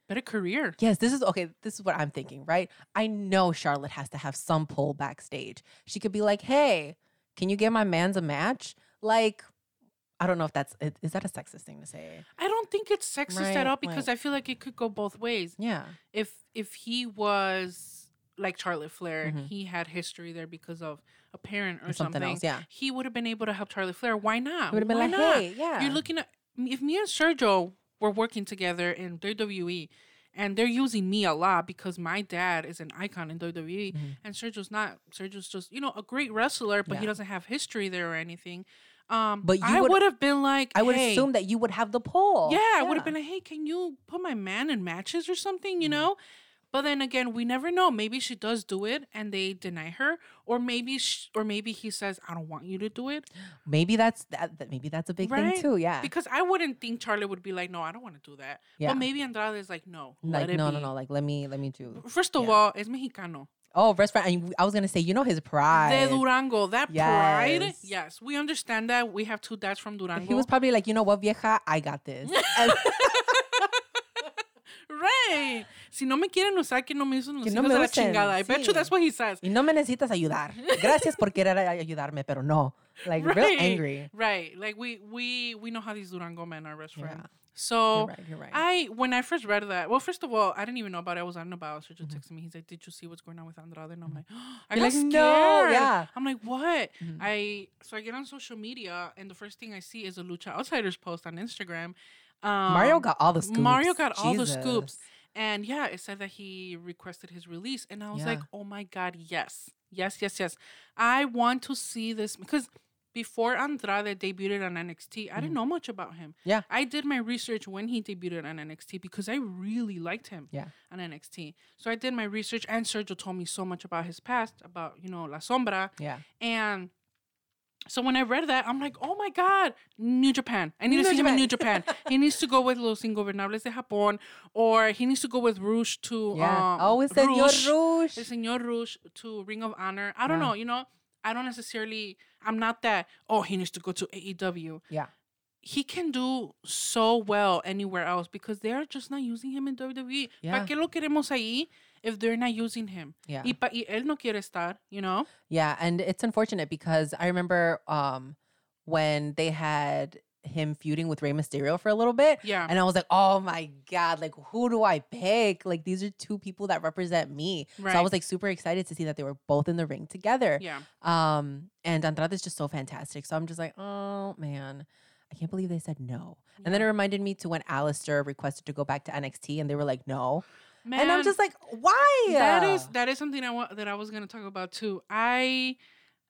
B: Better career.
A: Yes, this is okay. This is what I'm thinking, right? I know Charlotte has to have some pull backstage. She could be like, "Hey, can you get my man's a match?" Like, I don't know if that's i- is that a sexist thing to say?
B: I don't think it's sexist
A: Right,
B: at all because
A: like-
B: I feel like it could go both ways.
A: Yeah,
B: If if he was like Charlotte Flair
A: Mhm.
B: and he had history there because of a parent Mm-hmm. or
A: or something,
B: something,
A: else. Yeah,
B: he would have been able to help Charlotte Flair. Why not?
A: it would have been
B: Why
A: like,
B: not?
A: "Hey, yeah."
B: You're looking at if me and Sergio were working together in WWE and they're using me a lot because my dad is an icon in WWE
A: Mhm.
B: and Sergio's not Sergio's just, you know, a great wrestler, but he
A: Yeah.
B: doesn't have history there or anything. Um
A: But
B: but
A: you
B: I
A: would-
B: would have been like
A: I would
B: "Hey,
A: assume that you would have the pull.
B: yeah, I would have been like, hey, can you put my man in matches or something, you
A: Mhm.
B: know? But then again, we never know. Maybe she does do it and they deny her, or maybe sh- or maybe he says, I don't want you to do it.
A: Maybe that's that. that- Maybe that's a big
B: Right?
A: thing too. Yeah.
B: Because I wouldn't think Charlotte would be like, no, I don't want to do that.
A: yeah.
B: But maybe Andrade is like, no,
A: like
B: let it
A: no,
B: be.
A: no, no. Like let me, let me do.
B: First of
A: Yeah.
B: all, it's Mexicano.
A: Oh, restaurant. And I was gonna say, you know his pride.
B: De Durango, that pride.
A: Yes.
B: Yes, we understand that. We have two dads from Durango.
A: He was probably like, you know what, vieja, I got this. And-
B: Right. Si no me quieren usar, que no me usen los
A: Que no
B: hijos
A: me
B: de la
A: usen,
B: chingada. I bet you
A: sí.
B: that's what he says.
A: y no me necesitas ayudar. Gracias por querer ay- ayudarme, pero no. Like real
B: Right.
A: angry.
B: Right. Like we we we know how these Durango men are best friends.
A: Yeah.
B: So
A: You're right. You're right.
B: I when I first read that, well, first of all, I didn't even know about it. I was on about Sergio
A: Mhm.
B: texted me. He's like, "Did you see what's going on with Andrade?" And I'm like, "Oh, "I
A: Mm-hmm. You're
B: got
A: like,
B: scared."
A: "No, yeah."
B: I'm like, "What?"
A: Mhm.
B: I so I get on social media, and the first thing I see is a Lucha Outsiders post on Instagram. Um,
A: Mario got all the scoops.
B: Mario got all the scoops.
A: Jesus.
B: and yeah, it said that he requested his release. And I was
A: Yeah.
B: like, oh my God, yes. Yes, yes, yes. I want to see this because before Andrade debuted on NXT, I
A: Mhm.
B: didn't know much about him.
A: Yeah.
B: I did my research when he debuted on NXT because I really liked him
A: Yeah.
B: on NXT. So I did my research, and Sergio told me so much about his past, about, you know, La Sombra.
A: Yeah.
B: And so when I read that, I'm like, oh my God, New Japan. I need to
A: New
B: see him in New
A: Japan.
B: Japan. he needs to go with Los Ingobernables de Japón, or he needs to go with Rouge to.
A: Yeah.
B: Um,
A: Always said your
B: the
A: rouge.
B: Señor Rouge to Ring of Honor. I don't
A: Yeah.
B: know, you know, I don't necessarily, I'm not that, oh, he needs to go to AEW.
A: Yeah.
B: He can do so well anywhere else because they are just not using him in WWE.
A: Yeah.
B: ¿Para qué lo queremos ahí if they're not using him?
A: Yeah.
B: Y, pa- y él no quiere estar, you know?
A: Yeah, and it's unfortunate because I remember um when they had him feuding with Rey Mysterio for a little bit.
B: Yeah.
A: And I was like, oh my God, like who do I pick? Like these are two people that represent me. So I
B: Right.
A: was like super excited to see that they were both in the ring together.
B: yeah.
A: Um, and Andrade is just so fantastic. So I'm just like, oh man, I can't believe they said no. And then it reminded me to when Alistair requested to go back to NXT and they were like, no. and I'm
B: Man,
A: just like, why?
B: That is that is something I wa- that I was gonna talk about too. I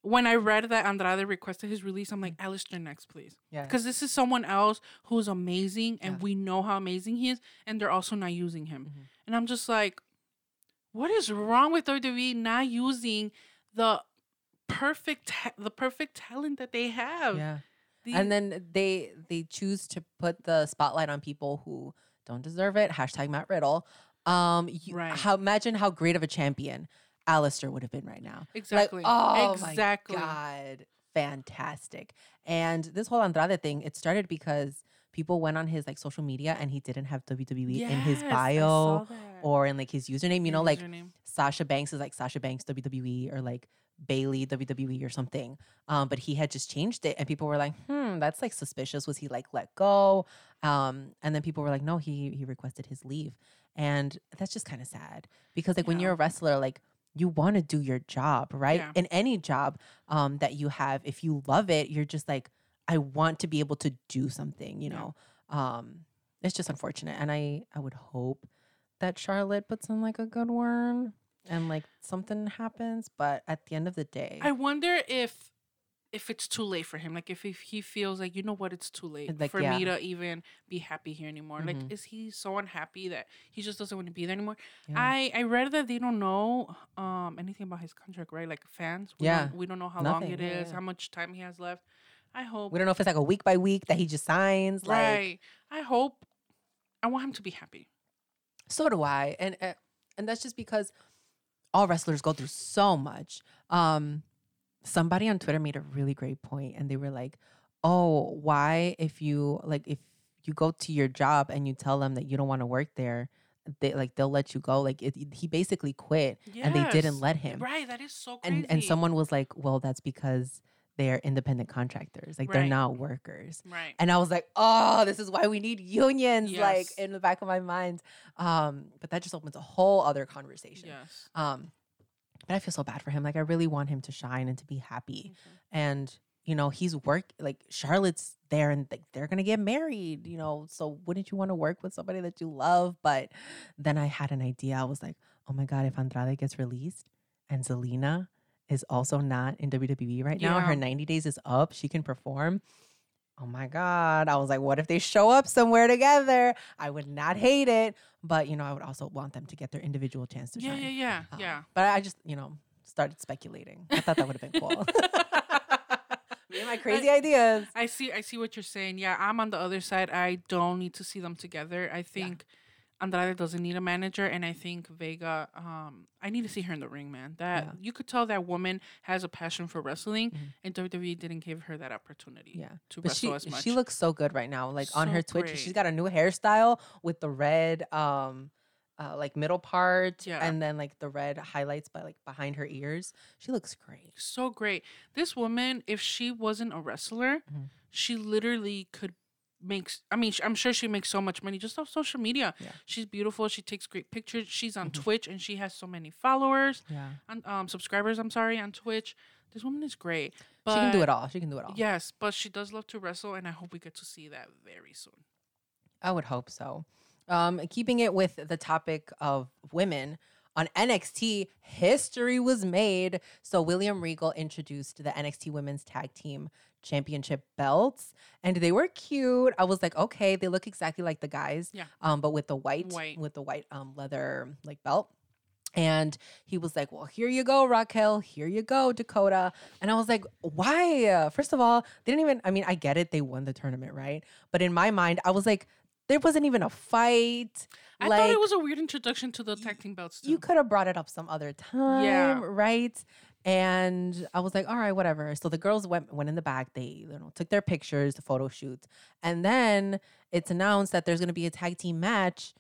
B: when I read that Andrade requested his release, I'm like,
A: Mm.
B: Alistair next, please,
A: yeah.
B: because this is someone else who's amazing, and
A: Yeah.
B: we know how amazing he is, and they're also not using him.
A: Mhm.
B: And I'm just like, what is wrong with WWE not using the perfect ta- the perfect talent that they have?
A: yeah.
B: The-
A: and then they they choose to put the spotlight on people who don't deserve it. Hashtag Matt Riddle. Um, you,
B: Right.
A: how imagine how great of a champion Alistair would have been right now. Like,
B: exactly,
A: oh
B: exactly.
A: my god, fantastic! And this whole Andrade thing, it started because people went on his like social media and he didn't have WWE in his
B: Yes, I
A: bio
B: saw that.
A: or in like his username. You know,
B: His
A: like
B: username.
A: Sasha Banks is like Sasha Banks WWE or like Bailey WWE E or something. Um, but he had just changed it, and people were like, "Hmm, that's like suspicious." Was he like let go? Um, and then people were like, "No, he he requested his leave," and that's just kind of sad because like when
B: Yeah.
A: you're a wrestler, like you want to do your job, right?
B: Yeah.
A: In any job um, that you have, if you love it, you're just like, "I want to be able to do something," you
B: Yeah.
A: know. Um, it's just unfortunate, and I I would hope that Charlotte puts in like a good word and like something happens, but at the end of the day,
B: I wonder if if it's too late for him. Like if, if he feels like you know what, it's too late
A: Like,
B: for
A: yeah.
B: me to even be happy here anymore.
A: Mhm.
B: Like is he so unhappy that he just doesn't want to be there anymore?
A: Yeah.
B: I I read that they don't know um anything about his contract, right? Like fans, we
A: Yeah.
B: don't, we don't know how long
A: Nothing.
B: it
A: Yeah,
B: is,
A: yeah.
B: how much time he has left. I hope
A: we don't know if it's like a week by week that he just signs. Like,
B: right. I hope I want him to be happy.
A: so do I, and uh, and that's just because all wrestlers go through so much. Um, somebody on Twitter made a really great point, and they were like, "Oh, why if you like if you go to your job and you tell them that you don't want to work there." they like they'll let you go. Like it, he basically quit, and they didn't
B: Yes.
A: let him.
B: Right, that is so crazy.
A: And and someone was like, "Well, that's because they're independent contractors. Like they're
B: Right.
A: not workers."
B: right,
A: And I was like, "Oh, this is why we need unions." Like
B: Yes.
A: in the back of my mind. Um, but that just opens a whole other conversation.
B: yes,
A: Um, but I feel so bad for him. Like I really want him to shine and to be happy and you know he's work like charlotte's there and like they're gonna get married you know so wouldn't you want to work with somebody that you love but then i had an idea i was like oh my god if andrade gets released and zelina is also not in wwe right now her
B: Yeah.
A: 90 days is up she can perform oh my god i was like what if they show up somewhere together i would not hate it but you know i would also want them to get their individual chance to
B: yeah,
A: shine
B: yeah, yeah,
A: Um,
B: yeah.
A: but i just you know started speculating i thought that would have been cool me and my crazy
B: I,
A: ideas.
B: I see. I see what you're saying. Yeah, I'm on the other side. I don't need to see them together. I think Andrade doesn't need a manager, and I think Vega. Um, I need to see her in the ring, man. That
A: Yeah.
B: you could tell that woman has a passion for wrestling,
A: Mhm.
B: and WWE didn't give her that opportunity
A: Yeah,
B: to
A: but
B: wrestle
A: she
B: as much.
A: she looks so good right now. Like on her
B: So
A: Twitch, she's
B: great.
A: got a new hairstyle with the red um uh, like middle part
B: Yeah.
A: and then like the red highlights by like behind her ears. She looks great.
B: so great. This woman, if she wasn't a wrestler,
A: Mhm.
B: she literally could make. s- I mean, sh- I'm sure she makes so much money just off social media.
A: Yeah.
B: She's beautiful. She takes great pictures. She's on
A: Mhm.
B: Twitch, and she has so many followers
A: Yeah.
B: on um, subscribers. I'm sorry on Twitch. This woman is great. But
A: she can do it all. She can do it all.
B: Yes, but she does love to wrestle, and I hope we get to see that very soon.
A: I would hope so. Um, keeping it with the topic of women on NXT, history was made. So William Regal introduced the NXT Women's Tag Team Championship belts, and they were cute. I was like, okay, they look exactly like the guys,
B: Yeah.
A: Um, but with the white,
B: White.
A: with the white um leather like belt. And he was like, Well, here you go, Raquel. Here you go, Dakota. And I was like, Why? First of all, they didn't even, I mean, I get it. They won the tournament, right? But in my mind, I was like, There wasn't even a fight.
B: I
A: like,
B: thought it was a weird introduction to the tag team belts. Too.
A: you could have brought it up some other time,
B: Yeah.
A: right? And I was like, all right, whatever. So the girls went went in the back. They you know took their pictures, the photo shoots, and then it's announced that there's going to be a tag team match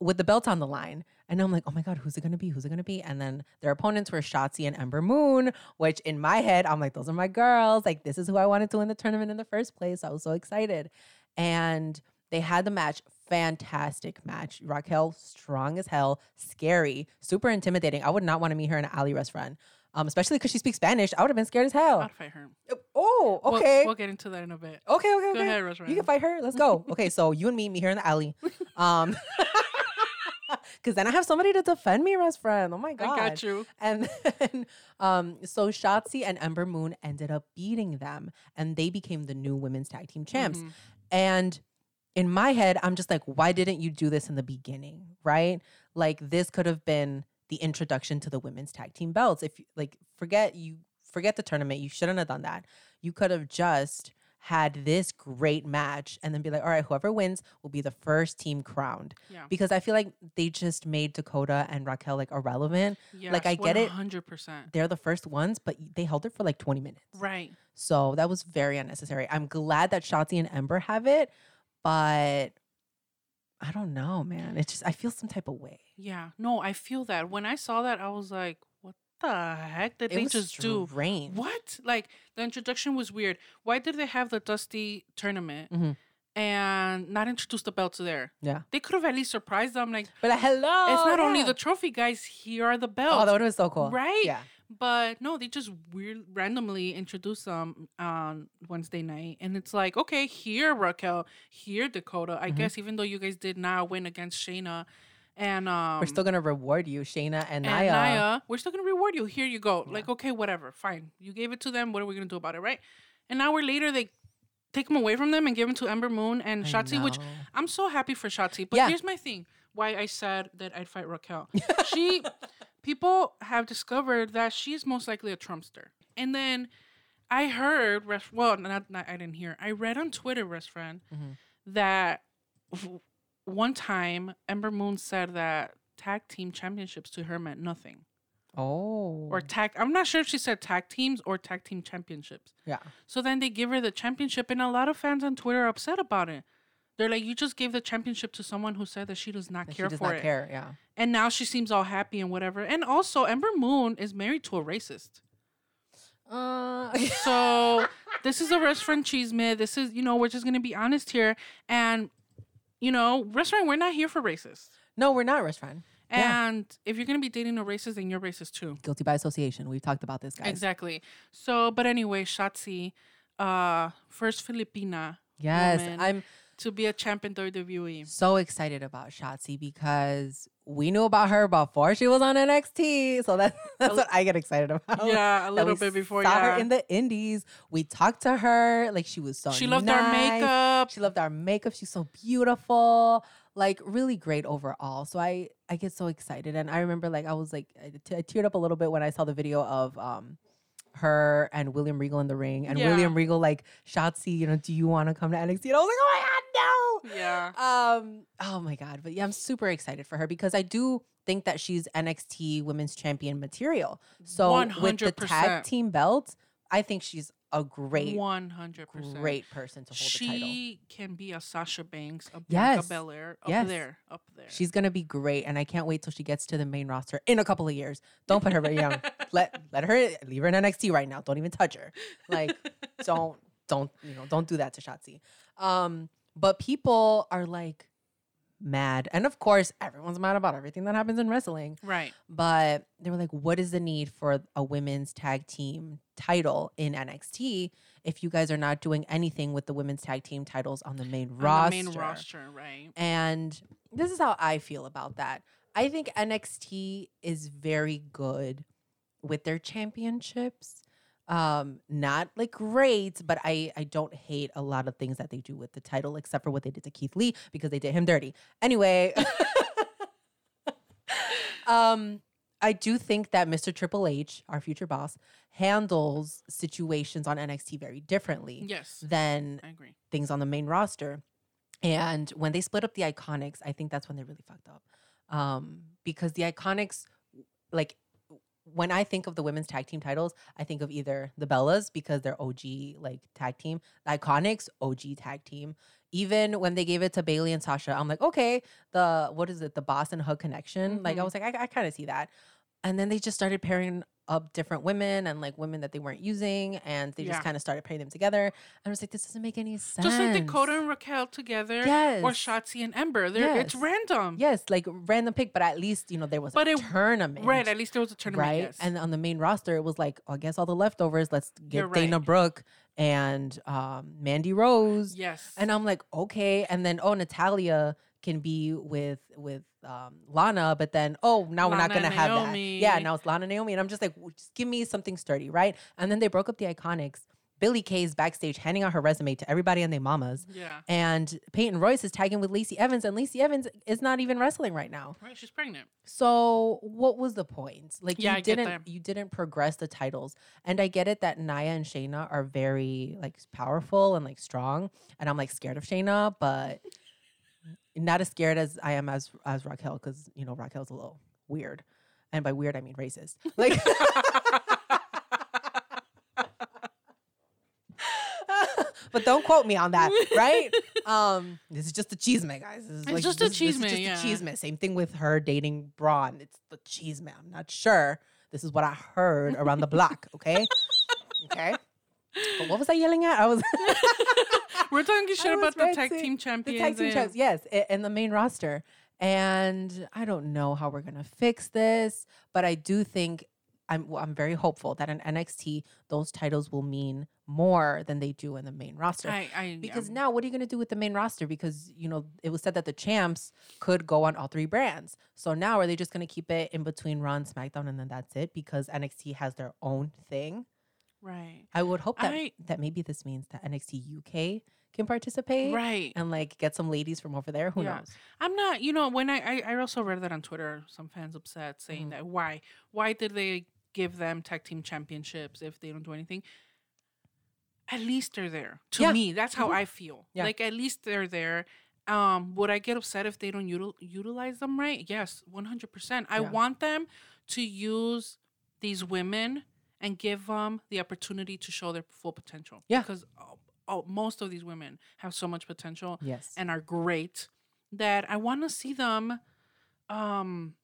A: with the belt on the line. And I'm like, oh my god, who's it going to be? Who's it going to be? And then their opponents were Shotzi and Ember Moon, which in my head I'm like, those are my girls. Like this is who I wanted to win the tournament in the first place. I was so excited, and they had the match. Fantastic match. Raquel, strong as hell, scary, super intimidating. I would not want to meet her in an alley restaurant, um, especially because she speaks Spanish. I would have been scared as hell.
B: I'd fight her.
A: Oh,
B: Uh, We'll-
A: okay.
B: We'll, get into that in a bit.
A: okay, okay, okay.
B: Go ahead, Rosalind.
A: You can fight her. Let's go. Okay, so you and me meet here in the alley. Um, because then I have somebody to defend me, Russ friend. Oh my god.
B: I got you.
A: And then, um, so Shotzi and Ember Moon ended up beating them, and they became the new women's tag team champs.
B: Mhm.
A: And in my head, I'm just like, why didn't you do this in the beginning, right? Like this could have been the introduction to the women's tag team belts. If you- like forget you forget the tournament, you shouldn't have done that. You could have just had this great match and then be like, all right, whoever wins will be the first team crowned.
B: Yeah.
A: Because I feel like they just made Dakota and Raquel like irrelevant. Like, I
B: Yes,
A: get it.
B: 100%.
A: They're the first ones, but they held it for like 20 minutes.
B: Right.
A: So that was very unnecessary. I'm glad that Shotzi and Ember have it, but I don't know, man. It's just I feel some type of way.
B: Yeah. No, I feel that. When I saw that, I was like, what the heck did
A: It
B: they
A: was
B: just do?
A: strange.
B: What? Like, the introduction was weird. Why did they have the Dusty tournament
A: Mhm.
B: and not introduce the belts there?
A: Yeah.
B: They could have at least surprised them. Like,
A: But like, hello,
B: it's not only
A: yeah.
B: the trophy, guys. Here are the belts.
A: oh, that would have been so cool,
B: Right?
A: Yeah,
B: But no, they just weird randomly introduce them on Wednesday night, and it's like, okay, here Raquel, here Dakota. I
A: Mhm.
B: guess even though you guys did not win against Shayna, and um,
A: we're still gonna reward you, Shayna and,
B: and
A: Naya.
B: Naya, we're still gonna reward you. Here you go.
A: Yeah.
B: Like, okay, whatever, fine. You gave it to them. What are we gonna do about it, right? An hour later, they take them away from them and give them to Ember Moon and
A: I
B: Shotzi, which
A: know.
B: I'm so happy for Shotzi. But
A: Yeah.
B: here's my thing: why I said that I'd fight Raquel. she, people have discovered that she's most likely a Trumpster. And then I heard, Res- well, not, not I didn't hear. I read on Twitter, Rest friend,
A: Mhm.
B: that w- one time Ember Moon said that tag team championships to her meant nothing.
A: oh,
B: Or tag, I'm not sure if she said tag teams or tag team championships.
A: yeah,
B: So then they give her the championship, and a lot of fans on Twitter are upset about it. They're like, you just gave the championship to someone who said that she does not
A: Like,
B: care
A: she does
B: for
A: not
B: it,
A: care. Yeah.
B: and now she seems all happy and whatever. And also, Ember Moon is married to a racist,
A: Uh,
B: so this is a restaurant cheese myth. This is, you know, we're just gonna be honest here, and you know, restaurant, we're not here for racists.
A: no, we're not restaurant. Yeah.
B: And if you're gonna be dating a racist, then you're racist too.
A: Guilty by association. We've talked about this, guys.
B: Exactly. So, but anyway, Shatsi, uh, first Filipina
A: Yes,
B: woman.
A: I'm
B: to be a champion WWE.
A: so excited about Shotzi because we knew about her before she was on NXT. So that, that's what I get excited about.
B: Yeah, a
A: Oh, that
B: little
A: we
B: bit before.
A: saw
B: Yeah,
A: her in the indies. We talked to her. Like she was so
B: she loved our
A: nice.
B: makeup.
A: She loved our makeup. She's so beautiful. Like really great overall. So I I get so excited, and I remember like I was like I te- I teared up a little bit when I saw the video of um her and William Regal in the ring, and
B: Yeah.
A: William Regal like Shotzi, you know, do you want to come to NXT? And I was like, oh my god, no
B: Yeah,
A: um oh my god but yeah i'm super excited for her because i do think that she's nxt women's champion material so with the tag
B: 100%.
A: team belt i think she's a great
B: one hundred percent.
A: great person to hold the title
B: She can be a Sasha Banks, a Bianca
A: Yes.
B: Belair, up
A: Yes.
B: there, up there.
A: she's gonna be great and i can't wait till she gets to the main roster in a couple of years don't put her very young let let her leave her in nxt right now don't even touch her like don't don't you know don't do that to Shotzi. Um, but people are like mad, and of course everyone's mad about everything that happens in wrestling.
B: right.
A: but they were like, what is the need for a women's tag team title in NXT if you guys are not doing anything with the women's tag team titles on the main,
B: On
A: roster?
B: the main roster, right?
A: And this is how I feel about that. I think NXT is very good with their championships. Um, not like great, but I I don't hate a lot of things that they do with the title, except for what they did to Keith Lee because they did him dirty. Anyway, um, I do think that Mr. Triple H, our future boss, handles situations on NXT very differently
B: Yes,
A: than
B: I agree.
A: things on the main roster. And when they split up the Iconics, I think that's when they really fucked up. Um, because the Iconics, like, when I think of the women's tag team titles, I think of either the Bellas because they're OG like tag team, the Iconics OG tag team. Even when they gave it to Bailey and Sasha, I'm like, okay, the what is it, the Boss and Hug connection? Like I
B: Mhm.
A: was like, I, I kind of see that. And then they just started pairing up different women and like women that they weren't using, and they
B: Yeah.
A: just kind of started pairing them together. I was like, this doesn't make any sense.
B: Just like Dakota and Raquel together,
A: yes.
B: or Shotzi and Ember. They're, It's
A: Yes.
B: random.
A: Yes, like random pick, but at least you know there was
B: But
A: a
B: it-
A: tournament,
B: Right. At least there was a tournament.
A: right?
B: Yes.
A: And on the main roster, it was like, oh, I guess all the leftovers. Let's get
B: You're
A: Dana
B: right.
A: Brooke and um, Mandy Rose,
B: yes.
A: and I'm like, okay. And then oh, Natalia can be with with um, Lana, but then oh, now we're not
B: Lana
A: gonna
B: and
A: have that. Yeah,
B: Naomi.
A: now it's Lana and Naomi, and I'm just like, w- just give me something sturdy, right? And then they broke up the Iconics. Billy Kay's backstage handing out her resume to everybody and their mamas.
B: yeah.
A: And Peyton Royce is tagging with Lacey Evans, and Lacey Evans is not even wrestling right now.
B: Right. She's pregnant.
A: So what was the point? Like
B: Yeah,
A: you
B: I get
A: didn't
B: that.
A: you didn't progress the titles. And I get it that Naya and Shayna are very like powerful and like strong. And I'm like scared of Shayna, but not as scared as I am as as Raquel, because you know, Raquel's a little weird. And by weird I mean racist. Like but don't quote me on that, right? Um, this is just a cheese man, guys. This is
B: It's just a
A: this- this is
B: cheeseman,
A: just
B: yeah.
A: a cheese man. Same thing with her dating Braun. It's the cheese man. I'm not sure. This is what I heard around the block. Okay, okay. But what was I yelling at? I was
B: We're talking
A: I
B: shit
A: was
B: about the tag
A: ranting.
B: team
A: the
B: champions.
A: tag team
B: and-
A: champs. Yes, a- and the main roster. And I don't know how we're gonna fix this, but I do think I'm well, I'm very hopeful that in NXT those titles will mean more than they do in the main roster.
B: I, I,
A: Because
B: um,
A: now, what are you going to do with the main roster? Because you know it was said that the champs could go on all three brands. So now, are they just going to keep it in between Raw and SmackDown, and then that's it? Because NXT has their own thing.
B: right,
A: I would hope that
B: I-
A: that maybe this means that NXT UK can participate
B: right.
A: and like get some ladies from over there. Who
B: Yeah.
A: knows?
B: I'm not. You know, when I, I, I also read that on Twitter, some fans upset saying
A: Mhm.
B: that why, why did they give them tag team championships if they don't do anything? At least they're there. To
A: Yeah.
B: me, that's how
A: Mhm.
B: I feel.
A: Yeah.
B: Like at least they're there. Um, would I get upset if they don't util- utilize them right? Yes, 100%. I
A: Yeah.
B: want them to use these women and give them the opportunity to show their full potential.
A: Yeah.
B: Because uh, oh, most of these women have so much potential
A: Yes.
B: and are great that I want to see them um,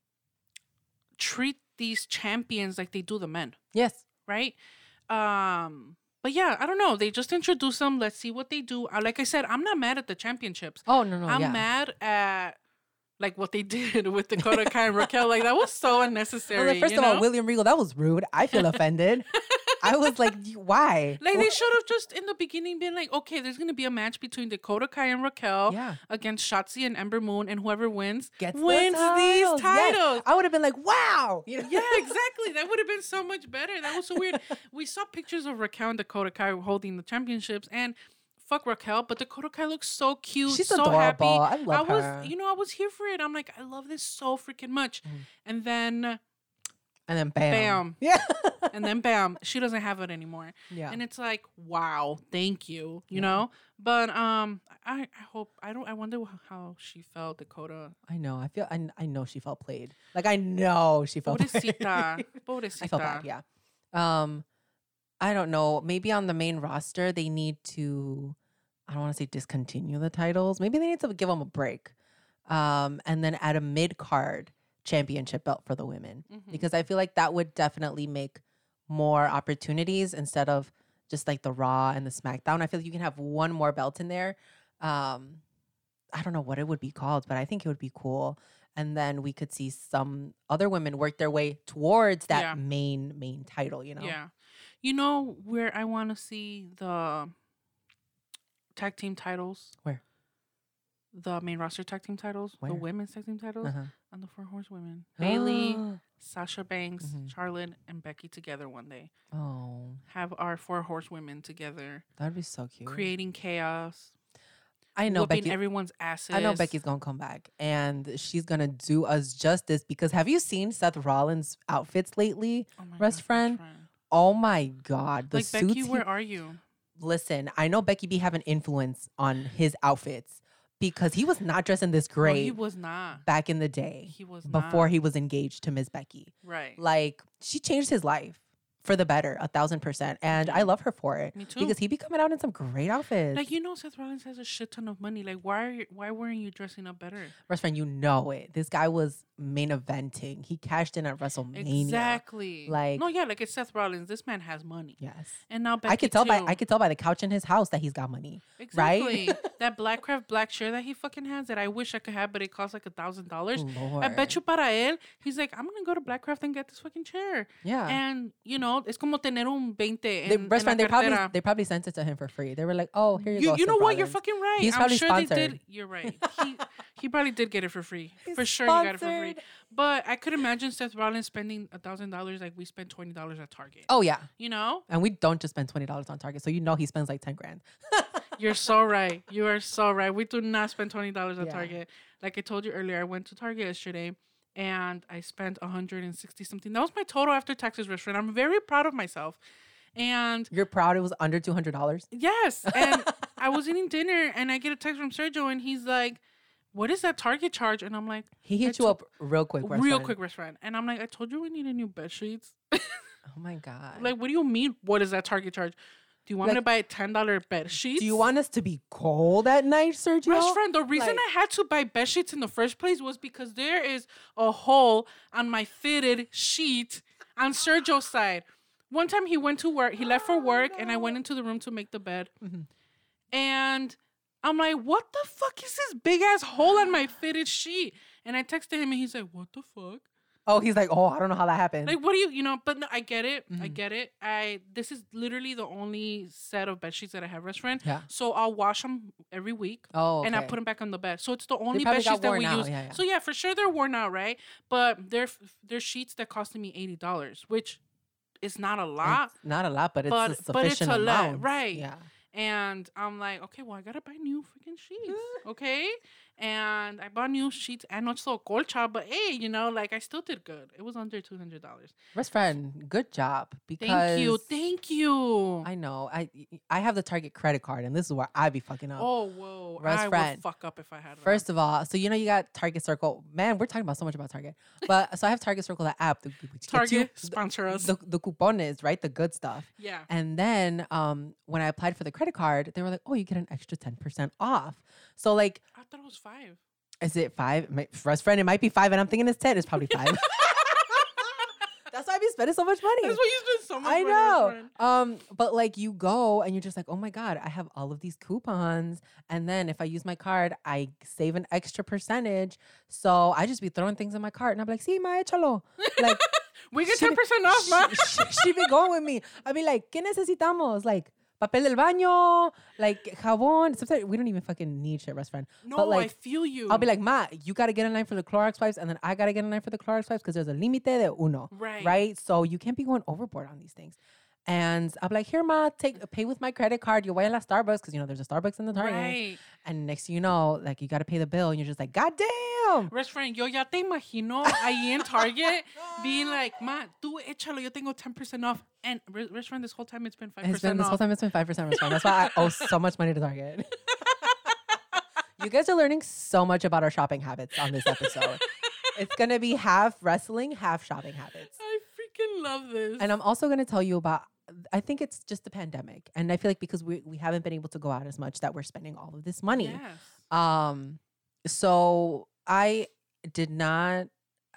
B: treat these champions like they do the men,
A: yes.
B: right? Um, but yeah, I don't know. They just introduce them. Let's see what they do. Uh, Like I said, I'm not mad at the championships.
A: Oh no no
B: I'm
A: yeah.
B: mad at like what they did with Dakota Kai and Raquel. Like that was so unnecessary.
A: I was like, first
B: you
A: of all,
B: know?
A: William Regal, that was rude. I feel offended. I was like, "You- why?
B: like
A: Wh-
B: they should have just in the beginning been like, okay, there's gonna be a match between Dakota Kai and Raquel
A: Yeah.
B: against Shotzi and Ember Moon, and whoever wins
A: Gets the
B: wins
A: titles,
B: these
A: yes.
B: titles.
A: I would have been like, wow. You know?
B: Yeah, exactly. That would have been so much better. That was so weird. we saw pictures of Raquel and Dakota Kai holding the championships, and fuck Raquel, but Dakota Kai looks so cute.
A: She's
B: so happy.
A: adorable. I love
B: I was,
A: her. Mm-hmm.
B: you know, I was here for it. I'm like, I love this so freaking much. And then,
A: And then bam.
B: Bam.
A: Yeah.
B: and then, bam, she doesn't have it anymore.
A: yeah.
B: And it's like, wow, thank you, you know. But um, I, I hope I don't. I wonder wh- how she felt, Dakota.
A: I know. I feel. I, kn- I know she felt played. Like I know she felt. played.
B: Pobrecita, pobrecita.
A: I felt bad. Yeah. Um, I don't know. Maybe on the main roster they need to. I don't want to say discontinue the titles. Maybe they need to give them a break, um, and then add a mid card championship belt for the women
B: Mhm.
A: because I feel like that would definitely make more opportunities instead of just like the Raw and the SmackDown. I feel like you can have one more belt in there. Um, I don't know what it would be called, but I think it would be cool. And then we could see some other women work their way towards that
B: Yeah.
A: main main title. You know,
B: Yeah. You know where I want to see the tag team titles?
A: Where?
B: The main roster tag team titles,
A: Where?
B: the women's tag team titles,
A: Uh-huh.
B: on the Four Horsewomen. Bailey, Sasha Banks,
A: Mhm.
B: Charlotte, and Becky together one day.
A: oh,
B: Have our Four Horsewomen together,
A: that'd be so cute.
B: creating chaos,
A: I know
B: whooping
A: Becky.
B: everyone's asses.
A: I know Becky's gonna come back and she's gonna do us justice because have you seen Seth Rollins' outfits lately?
B: Oh my
A: best
B: God,
A: friend. Oh my god, the
B: Like
A: suits he
B: Becky, where are you?
A: listen, I know Becky B have an influence on his outfits because he was not dressing this
B: No,
A: great
B: he was not.
A: back in the day
B: He was
A: before
B: not.
A: he was engaged to Miss Becky.
B: right.
A: Like she changed his life for the better, a thousand percent, and I love her for it
B: Me too.
A: because he be coming out in some great outfits.
B: Like you know, Seth Rollins has a shit ton of money. Like why are you, why weren't you dressing up better?
A: Best friend, you know it. This guy was main eventing. He cashed in at WrestleMania.
B: Exactly.
A: Like-
B: no, yeah, like it's Seth Rollins. This man has money,
A: Yes.
B: and now Becky
A: I could tell by
B: too.
A: I could tell by the couch in his house that he's got money.
B: exactly that black craft black shirt that he fucking has that I wish I could have, but it costs like a thousand dollars.
A: Lord.
B: I bet you para él, he's like, I'm gonna go to Blackcraft and get this fucking chair.
A: Yeah.
B: And you know, it's como tener un 20 en,
A: they,
B: en
A: best friend,
B: la
A: they probably
B: cartera.
A: they probably sent it to him for free. They were like, "Oh, here you,
B: you,
A: go."
B: you know
A: Seth
B: what? You're
A: Rollins."
B: fucking right.
A: He's
B: I'm
A: probably
B: sure they
A: sponsored.
B: did. You're right. He, he probably did get it for free.
A: He's
B: for sure, he got it for free.
A: sponsored.
B: But I could imagine Seth Rollins spending a thousand dollars like we spent twenty dollars at Target.
A: Oh yeah,
B: You know,
A: and we don't just spend twenty dollars on Target, so you know he spends like ten grand.
B: you're so right. You are so right. We do not spend twenty dollars at
A: Yeah.
B: Target. Like I told you earlier, I went to Target yesterday. And I spent 160 something. That was my total after taxes restaurant. I'm very proud of myself. And
A: You're proud it was under two hundred dollars.
B: Yes. And I was eating dinner and I get a text from Sergio and he's like, What is that Target charge? And I'm like,
A: He
B: I
A: hit you
B: to-
A: up real quick. best
B: Real
A: friend.
B: quick restaurant. And I'm like, I told you we needed new bed sheets.
A: Oh my god.
B: like, what do you mean? What is that Target charge? Do you want me to buy ten dollar bed sheets?
A: do you want us to be cold at night, Sergio?
B: Best friend, the reason
A: Like-
B: I had to buy bed sheets in the first place was because there is a hole on my fitted sheet on Sergio's side. One time he went to work, he
A: Oh
B: left for work, and I went into the room to make the bed.
A: Mhm.
B: And I'm like, what the fuck is this big ass hole on my fitted sheet? And I texted him, and he's like, what the fuck?
A: Oh, he's like, oh, I don't know how that happened.
B: Like, what do you, you know? But no, I get it. I
A: Mhm.
B: get it. I this is literally the only set of bed sheets that I have, best friend.
A: yeah.
B: So I'll wash them every week
A: Oh.
B: and I
A: okay.
B: put them back on the bed. So it's the only
A: probably
B: bed sheets
A: got
B: that
A: worn
B: we
A: out,
B: use.
A: yeah, yeah.
B: So yeah, for sure they're worn out, right? But they're f- they're sheets that costed me eighty dollars, which is not a
A: It's
B: lot.
A: Not a lot, but it's
B: but-
A: a sufficient
B: but it's a lot,
A: amount.
B: right.
A: Yeah.
B: And I'm like, okay, well I gotta buy new freaking sheets, okay? And I bought new sheets and not so colcha, but hey, you know, like I still did good. It was under two hundred dollars.
A: Best friend, good job. Because
B: Thank you, thank you.
A: I know. I I have the Target credit card, and this is where I be fucking up.
B: oh whoa,
A: Best
B: I
A: friend.
B: would fuck up if I had that.
A: First of all, so you know you got Target Circle. Man, we're talking about so much about Target. But so I have Target Circle, the app, the, the- the-
B: Target
A: the,
B: sponsor us.
A: the, the coupones, right? The good stuff.
B: yeah.
A: And then um, when I applied for the credit credit card, they were like, oh, you get an extra 10% off. So, like,
B: I thought it was five.
A: is it five? My best friend, it might be five, and I'm thinking it's 10. It's probably five. That's why I've been spending so much money.
B: That's why you spend so much
A: I
B: money,
A: know.
B: friend.
A: Um, but like you go and you're just like, oh my God, I have all of these coupons. And then if I use my card, I save an extra percentage. So I just be throwing things in my cart and I'm like, see, my chalo. Like
B: We get
A: She-
B: ten percent off, ma.
A: she, she, she be going with me. I be like, ¿qué necesitamos? Like papel del baño, like jabón. Sometimes we don't even fucking need shit, best friend.
B: No, I
A: like,
B: feel you.
A: I'll be like, Ma, you gotta get in line for the Clorox wipes, and then I gotta get in line for the Clorox wipes because there's a límite de uno
B: right,
A: right? So you can't be going overboard on these things. And I'm like, here, ma, take uh, pay with my credit card. You're way at la Starbucks because you know there's a Starbucks in the Target.
B: right.
A: And next thing you know, like you got to pay the bill, and you're just like, God damn!
B: Best friend, yo ya te imagino ahí en Target being like, ma, tú échalo, yo tengo 10% off. And re- best friend, this whole time it's been 5%
A: It's been this
B: off.
A: whole time. It's been five percent respond. That's why I owe so much money to Target. you guys are learning so much about our shopping habits on this episode. it's gonna be half wrestling, half shopping habits.
B: I freaking love this.
A: And I'm also going to tell you about. I think it's just the pandemic, and I feel like because we we haven't been able to go out as much that we're spending all of this money.
B: Yes.
A: Um, so I did not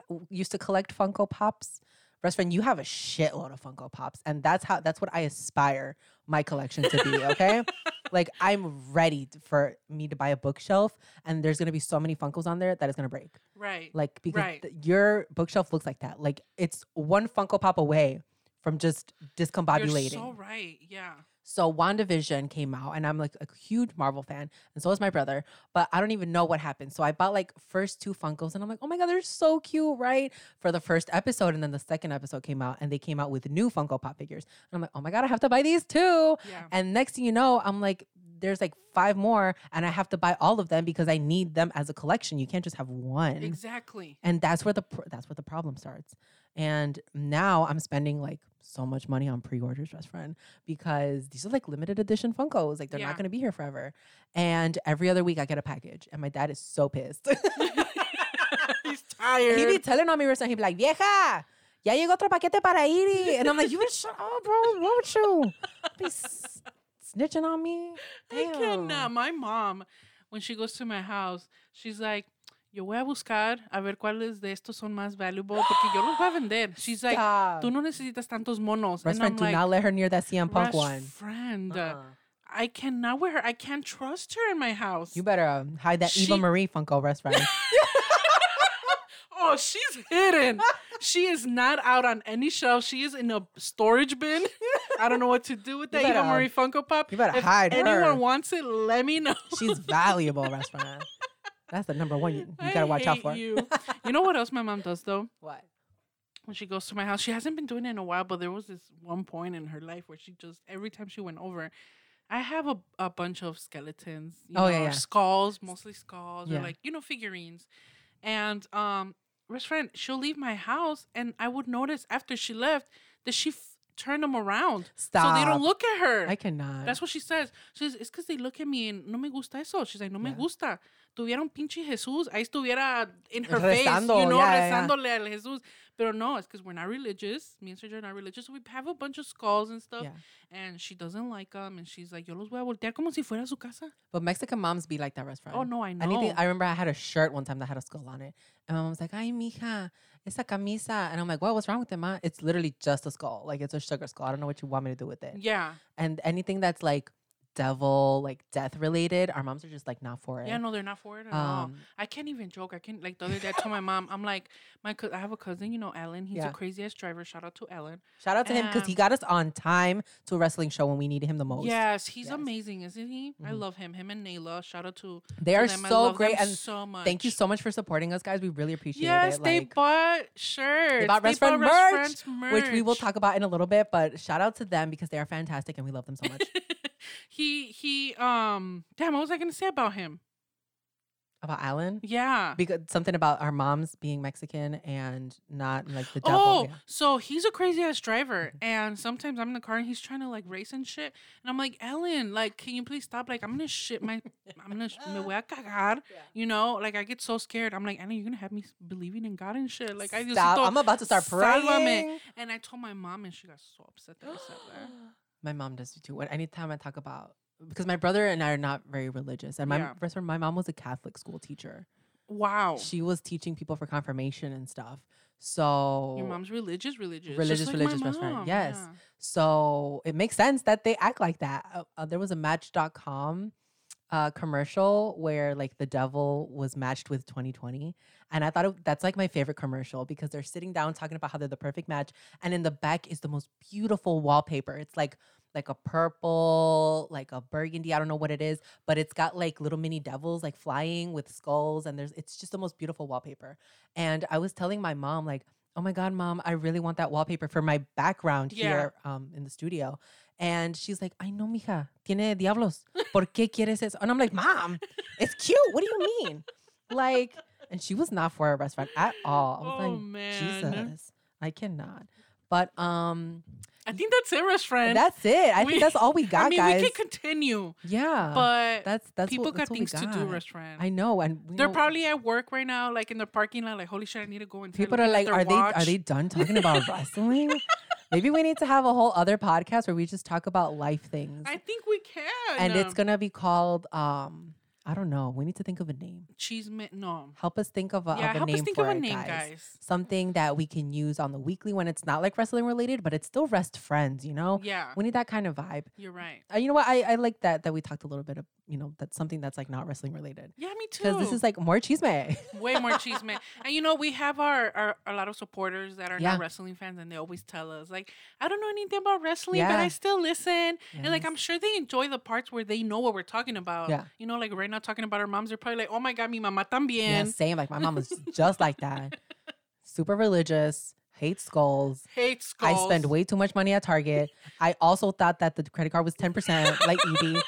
A: w- used to collect Funko Pops. Best friend, you have a shitload of Funko Pops, and that's how that's what I aspire my collection to be. Okay, like I'm ready t- for me to buy a bookshelf, and there's gonna be so many Funkos on there that is gonna break.
B: Right.
A: Like because
B: Right.
A: th- your bookshelf looks like that. Like it's one Funko Pop away from just discombobulating.
B: You're so right. Yeah.
A: So WandaVision came out, and I'm like a huge Marvel fan, and so is my brother. But I don't even know what happened. So I bought like first two Funkos, and I'm like, oh my god, they're so cute, right? For the first episode, and then the second episode came out, and they came out with new Funko Pop figures, and I'm like, oh my god, I have to buy these too.
B: Yeah.
A: And next thing you know, I'm like, there's like five more, and I have to buy all of them because I need them as a collection. You can't just have one
B: Exactly.
A: and that's where the pr- that's where the problem starts and now i'm spending like so much money on pre-orders best friend because these are like limited edition funkos like they're
B: Yeah.
A: not going to be here forever and every other week i get a package and my dad is so pissed
B: He's
A: he be
B: tired.
A: telling on me or something he'd be like vieja ya llegó otro paquete para Iri. and i'm like you would shut up bro what with you be s- snitching on me
B: I cannot.
A: Damn.
B: uh, My mom, when she goes to my house, she's like, yo voy a buscar a ver cuáles de estos son más valuable porque yo los voy a vender. She's like,
A: Stop.
B: tú no necesitas tantos monos.
A: Best
B: and
A: friend,
B: I'm
A: do
B: like,
A: not let her near that CM Punk
B: "Best
A: one.
B: friend,
A: Uh-uh.
B: I cannot wear her. I can't trust her in my house.
A: You better um, hide that
B: She-
A: Eva Marie Funko best friend.
B: oh, she's hidden. she is not out on any shelf. She is in a storage bin. I don't know what to do with
A: You
B: that. Eva
A: better-
B: Marie Funko Pop.
A: you better
B: if
A: hide
B: anyone
A: her.
B: wants it, let me know.
A: She's valuable restaurant. That's the number one you, you gotta
B: I
A: watch out
B: hate
A: for.
B: You. you know what else my mom does though?
A: What?
B: When she goes to my house, she hasn't been doing it in a while, but there was this one point in her life where she just every time she went over, I have a, a bunch of skeletons, you
A: Oh,
B: know,
A: yeah,
B: or
A: yeah.
B: skulls, mostly skulls,
A: Yeah.
B: or like, you know, figurines. And um best friend, she'll leave my house and I would notice after she left that she f- turned them around.
A: Stop.
B: So they don't look at her.
A: I cannot.
B: That's what she says. She says, it's because they look at me and no me gusta eso. She's like, no me
A: Yeah.
B: gusta. Tuviera un pinche Jesús, ahí estuviera in her face,
A: Rezando,
B: you know,
A: yeah, yeah, yeah.
B: rezándole al Jesús. Pero no, it's because we're not religious. Me and Sergio are not religious. So we have a bunch of skulls and stuff.
A: Yeah.
B: And she doesn't like them. And she's like, yo los voy a voltear como si fuera su casa.
A: but Mexican moms be like that restaurant.
B: Oh, no, I know.
A: Anything I remember I had a shirt one time that had a skull on it. And my mom was like, Ay mija, esa camisa. And I'm like, What what's wrong with it, ma? It's literally just a skull. Like it's a sugar skull. I don't know what you want me to do with it.
B: yeah.
A: And anything that's like devil, like death related, our moms are just like not for it.
B: Yeah, no, they're not for it at all.
A: um
B: I can't even joke. I can't like the other day I told my mom, I'm like, my cou- I have a cousin, you know, Alan. He's
A: Yeah.
B: a crazy ass driver. Shout out to Alan.
A: shout out to him because he
B: um,
A: got us on time to a wrestling show when we needed him the most.
B: Yes, he's
A: Yes.
B: amazing, isn't he? I
A: Mhm.
B: love him. Him and Nayla. Shout out to
A: They
B: to
A: are
B: them. I
A: so
B: love
A: great
B: them
A: and
B: so much.
A: Thank you so much for supporting us, guys. We really appreciate
B: Yes,
A: it.
B: they
A: Like,
B: bought shirts.
A: bought Rest Friend
B: Rest
A: merch,
B: Friends
A: which we will
B: merch.
A: talk about in a little bit, but shout out to them because they are fantastic and we love them so much.
B: he he um damn, what was I gonna say about him?
A: about Alan,
B: Yeah.
A: because something about our moms being Mexican and not like the devil.
B: Oh,
A: yeah.
B: so he's a crazy ass driver, and sometimes I'm in the car and he's trying to like race and shit, and I'm like, Ellen, like, can you please stop? Like, I'm gonna shit my, I'm gonna sh- me voy a cagar,
A: Yeah.
B: you know? Like, I get so scared. I'm like, Ellen, you're gonna have me s- believing in God and shit. Like, I just
A: Stop. I'm about to start
B: sálvame.
A: praying.
B: And I told my mom, and she got so upset that I said that.
A: My mom does it too. When anytime I talk about because my brother and I are not very religious, and my
B: Yeah.
A: first my mom was a Catholic school teacher.
B: Wow.
A: She was teaching people for confirmation and stuff. So
B: Your mom's religious, religious. just
A: Religious,
B: like my
A: religious best friend,
B: mom,
A: yes.
B: yeah.
A: So it makes sense that they act like that. Uh, uh, there was a Match.com uh, commercial where like the devil was matched with 2020, and I thought it, that's like my favorite commercial because they're sitting down talking about how they're the perfect match, and in the back is the most beautiful wallpaper. It's like like a purple, like a burgundy. I don't know what it is, but it's got like little mini devils like flying with skulls, and there's it's just the most beautiful wallpaper. And I was telling my mom like. Oh my God, mom, I really want that wallpaper for my background
B: Yeah.
A: here um, in the studio. And she's like, I know, mija, tiene diablos. ¿Por qué quieres eso? And I'm like, Mom, it's cute. What do you mean? Like, and she was not for a restaurant at all. I was
B: Oh
A: like,
B: man.
A: Jesus, I cannot. But um,
B: I think that's it, best friend.
A: that's it. I
B: we-
A: think that's all we got,
B: I mean,
A: guys.
B: we can continue,
A: yeah,
B: but
A: that's that's
B: people
A: what,
B: got
A: that's what we
B: things to do,
A: got.
B: best friend.
A: I know, and we
B: They're
A: know-
B: probably at work right now, like in the parking lot. Like, holy shit, I need to go and
A: people are like, are they are they done talking about wrestling? Maybe we need to have a whole other podcast where we just talk about life things,
B: I think we can.
A: and it's
B: um,
A: gonna be called um, I don't know. We need to think of a name.
B: cheese. mi- No,
A: Help us think of a,
B: yeah,
A: of a
B: help
A: name
B: us think
A: for
B: of a
A: it,
B: name,
A: guys.
B: guys.
A: Something that we can use on the weekly when it's not like wrestling related, but it's still rest friends. You know,
B: Yeah,
A: we need that kind of vibe.
B: you're right.
A: Uh, you know what? I, I like that that we talked a little bit of you know that's something that's like not wrestling related
B: Yeah, me too.
A: because this is like more cheese
B: way more cheese man and you know we have our, our a lot of supporters that are
A: Yeah.
B: not wrestling fans and they always tell us like i don't know anything about wrestling but
A: Yeah.
B: i still listen and like i'm
A: Yes.
B: sure they enjoy the parts where they know what we're talking about
A: Yeah.
B: you know like right now talking about our moms they're probably like oh my god mi mamá también
A: yeah same like my mom was just like that super religious hates skulls
B: hate skulls
A: I spend way too much money at Target. I also thought that the credit card was 10%, like E Edie.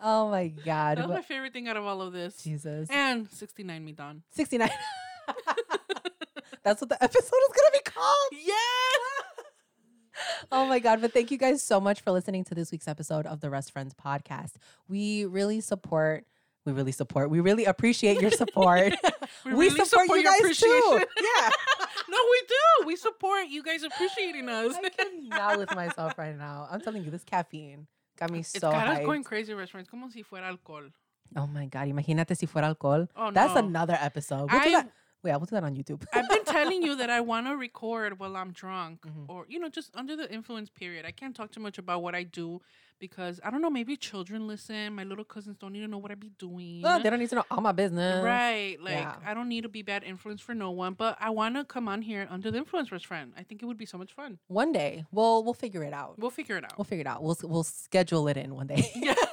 A: oh my God.
B: that's
A: but-
B: my favorite thing out of all of this
A: Jesus.
B: and 69 me don
A: 69. That's what the episode is going to be called.
B: yeah
A: Oh my God. But thank you guys so much for listening to this week's episode of the Rest Friends podcast. We really support, we really support, we really appreciate your support. Yeah.
B: no we do we support you guys appreciating us
A: I cannot with myself right now. I'm telling you, this caffeine got me
B: It's
A: so
B: kind
A: hyped.
B: of going crazy restaurants. Como si fuera alcohol.
A: oh my God. Imagínate si fuera alcohol.
B: Oh,
A: That's
B: no.
A: another episode. We'll do
B: I,
A: that. Yeah, we'll do that on YouTube.
B: I've been telling you that I want to record while I'm drunk
A: Mhm.
B: or, you know, just under the influence period. I can't talk too much about what I do because I don't know. Maybe children listen. My little cousins don't need to know what I be doing.
A: No, they don't need to know all my business.
B: Right. Like,
A: Oh, yeah.
B: I don't need to be bad influence for no one, but I want to come on here under the influence, best friend. I think it would be so much fun.
A: One day, we'll we'll figure it out.
B: We'll figure it out.
A: We'll figure it out. We'll s- we'll schedule it in one day.
B: Yeah.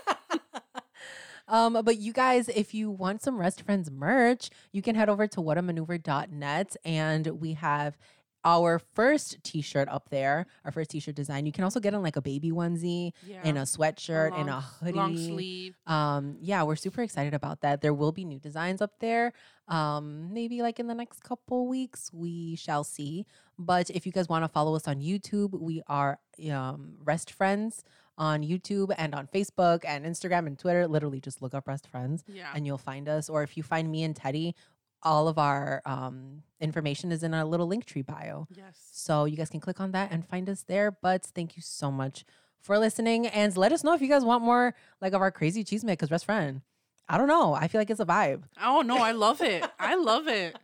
A: um, but you guys, if you want some Rest Friends merch, you can head over to whatamaneuver.net and we have our first t-shirt up there, our first t-shirt design. You can also get in like a baby onesie
B: yeah.
A: and a sweatshirt and a
B: long s-
A: hoodie.
B: Long sleeve.
A: Um, yeah, we're super excited about that. There will be new designs up there. Um, maybe like in the next couple weeks, we shall see. But if you guys want to follow us on YouTube, we are um, Rest Friends on YouTube and on Facebook and Instagram and Twitter. Literally, just look up Rest Friends
B: Yeah.
A: and you'll find us. Or if you find me and Teddy, all of our um, information is in our little link tree bio.
B: yes.
A: So you guys can click on that and find us there. But thank you so much for listening. And let us know if you guys want more like of our crazy cheese makers best friend. I don't know. I feel like it's a vibe.
B: Oh no, I love it. I love it.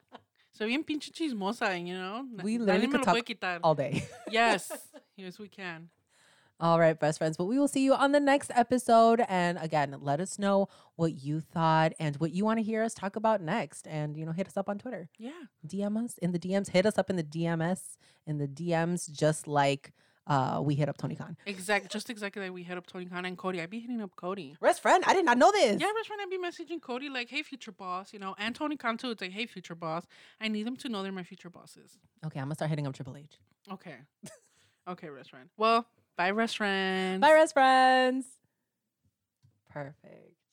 B: So bien pinche chismosa, you know. Na-
A: We
B: nadie
A: literally
B: me
A: could
B: lo
A: talk
B: puede quitar.
A: All day.
B: Yes, yes, we can.
A: All right, best friends. But we will see you on the next episode. And again, let us know what you thought and what you want to hear us talk about next. And you know, hit us up on Twitter.
B: Yeah,
A: DM us in the DMs. Hit us up in the DMs in the DMs, just like uh, we hit up Tony Khan.
B: exact. Just exactly like we hit up Tony Khan and Cody. I be hitting up Cody.
A: Best friend, I did not know this.
B: Yeah, best friend. I be messaging Cody like, "Hey, future boss," you know, and Tony Khan too. It's like, "Hey, future boss." I need them to know they're my future bosses.
A: Okay, I'm gonna start hitting up Triple H.
B: Okay, okay, restaurant. Well, bye, restaurant.
A: Bye, rest friends. Perfect.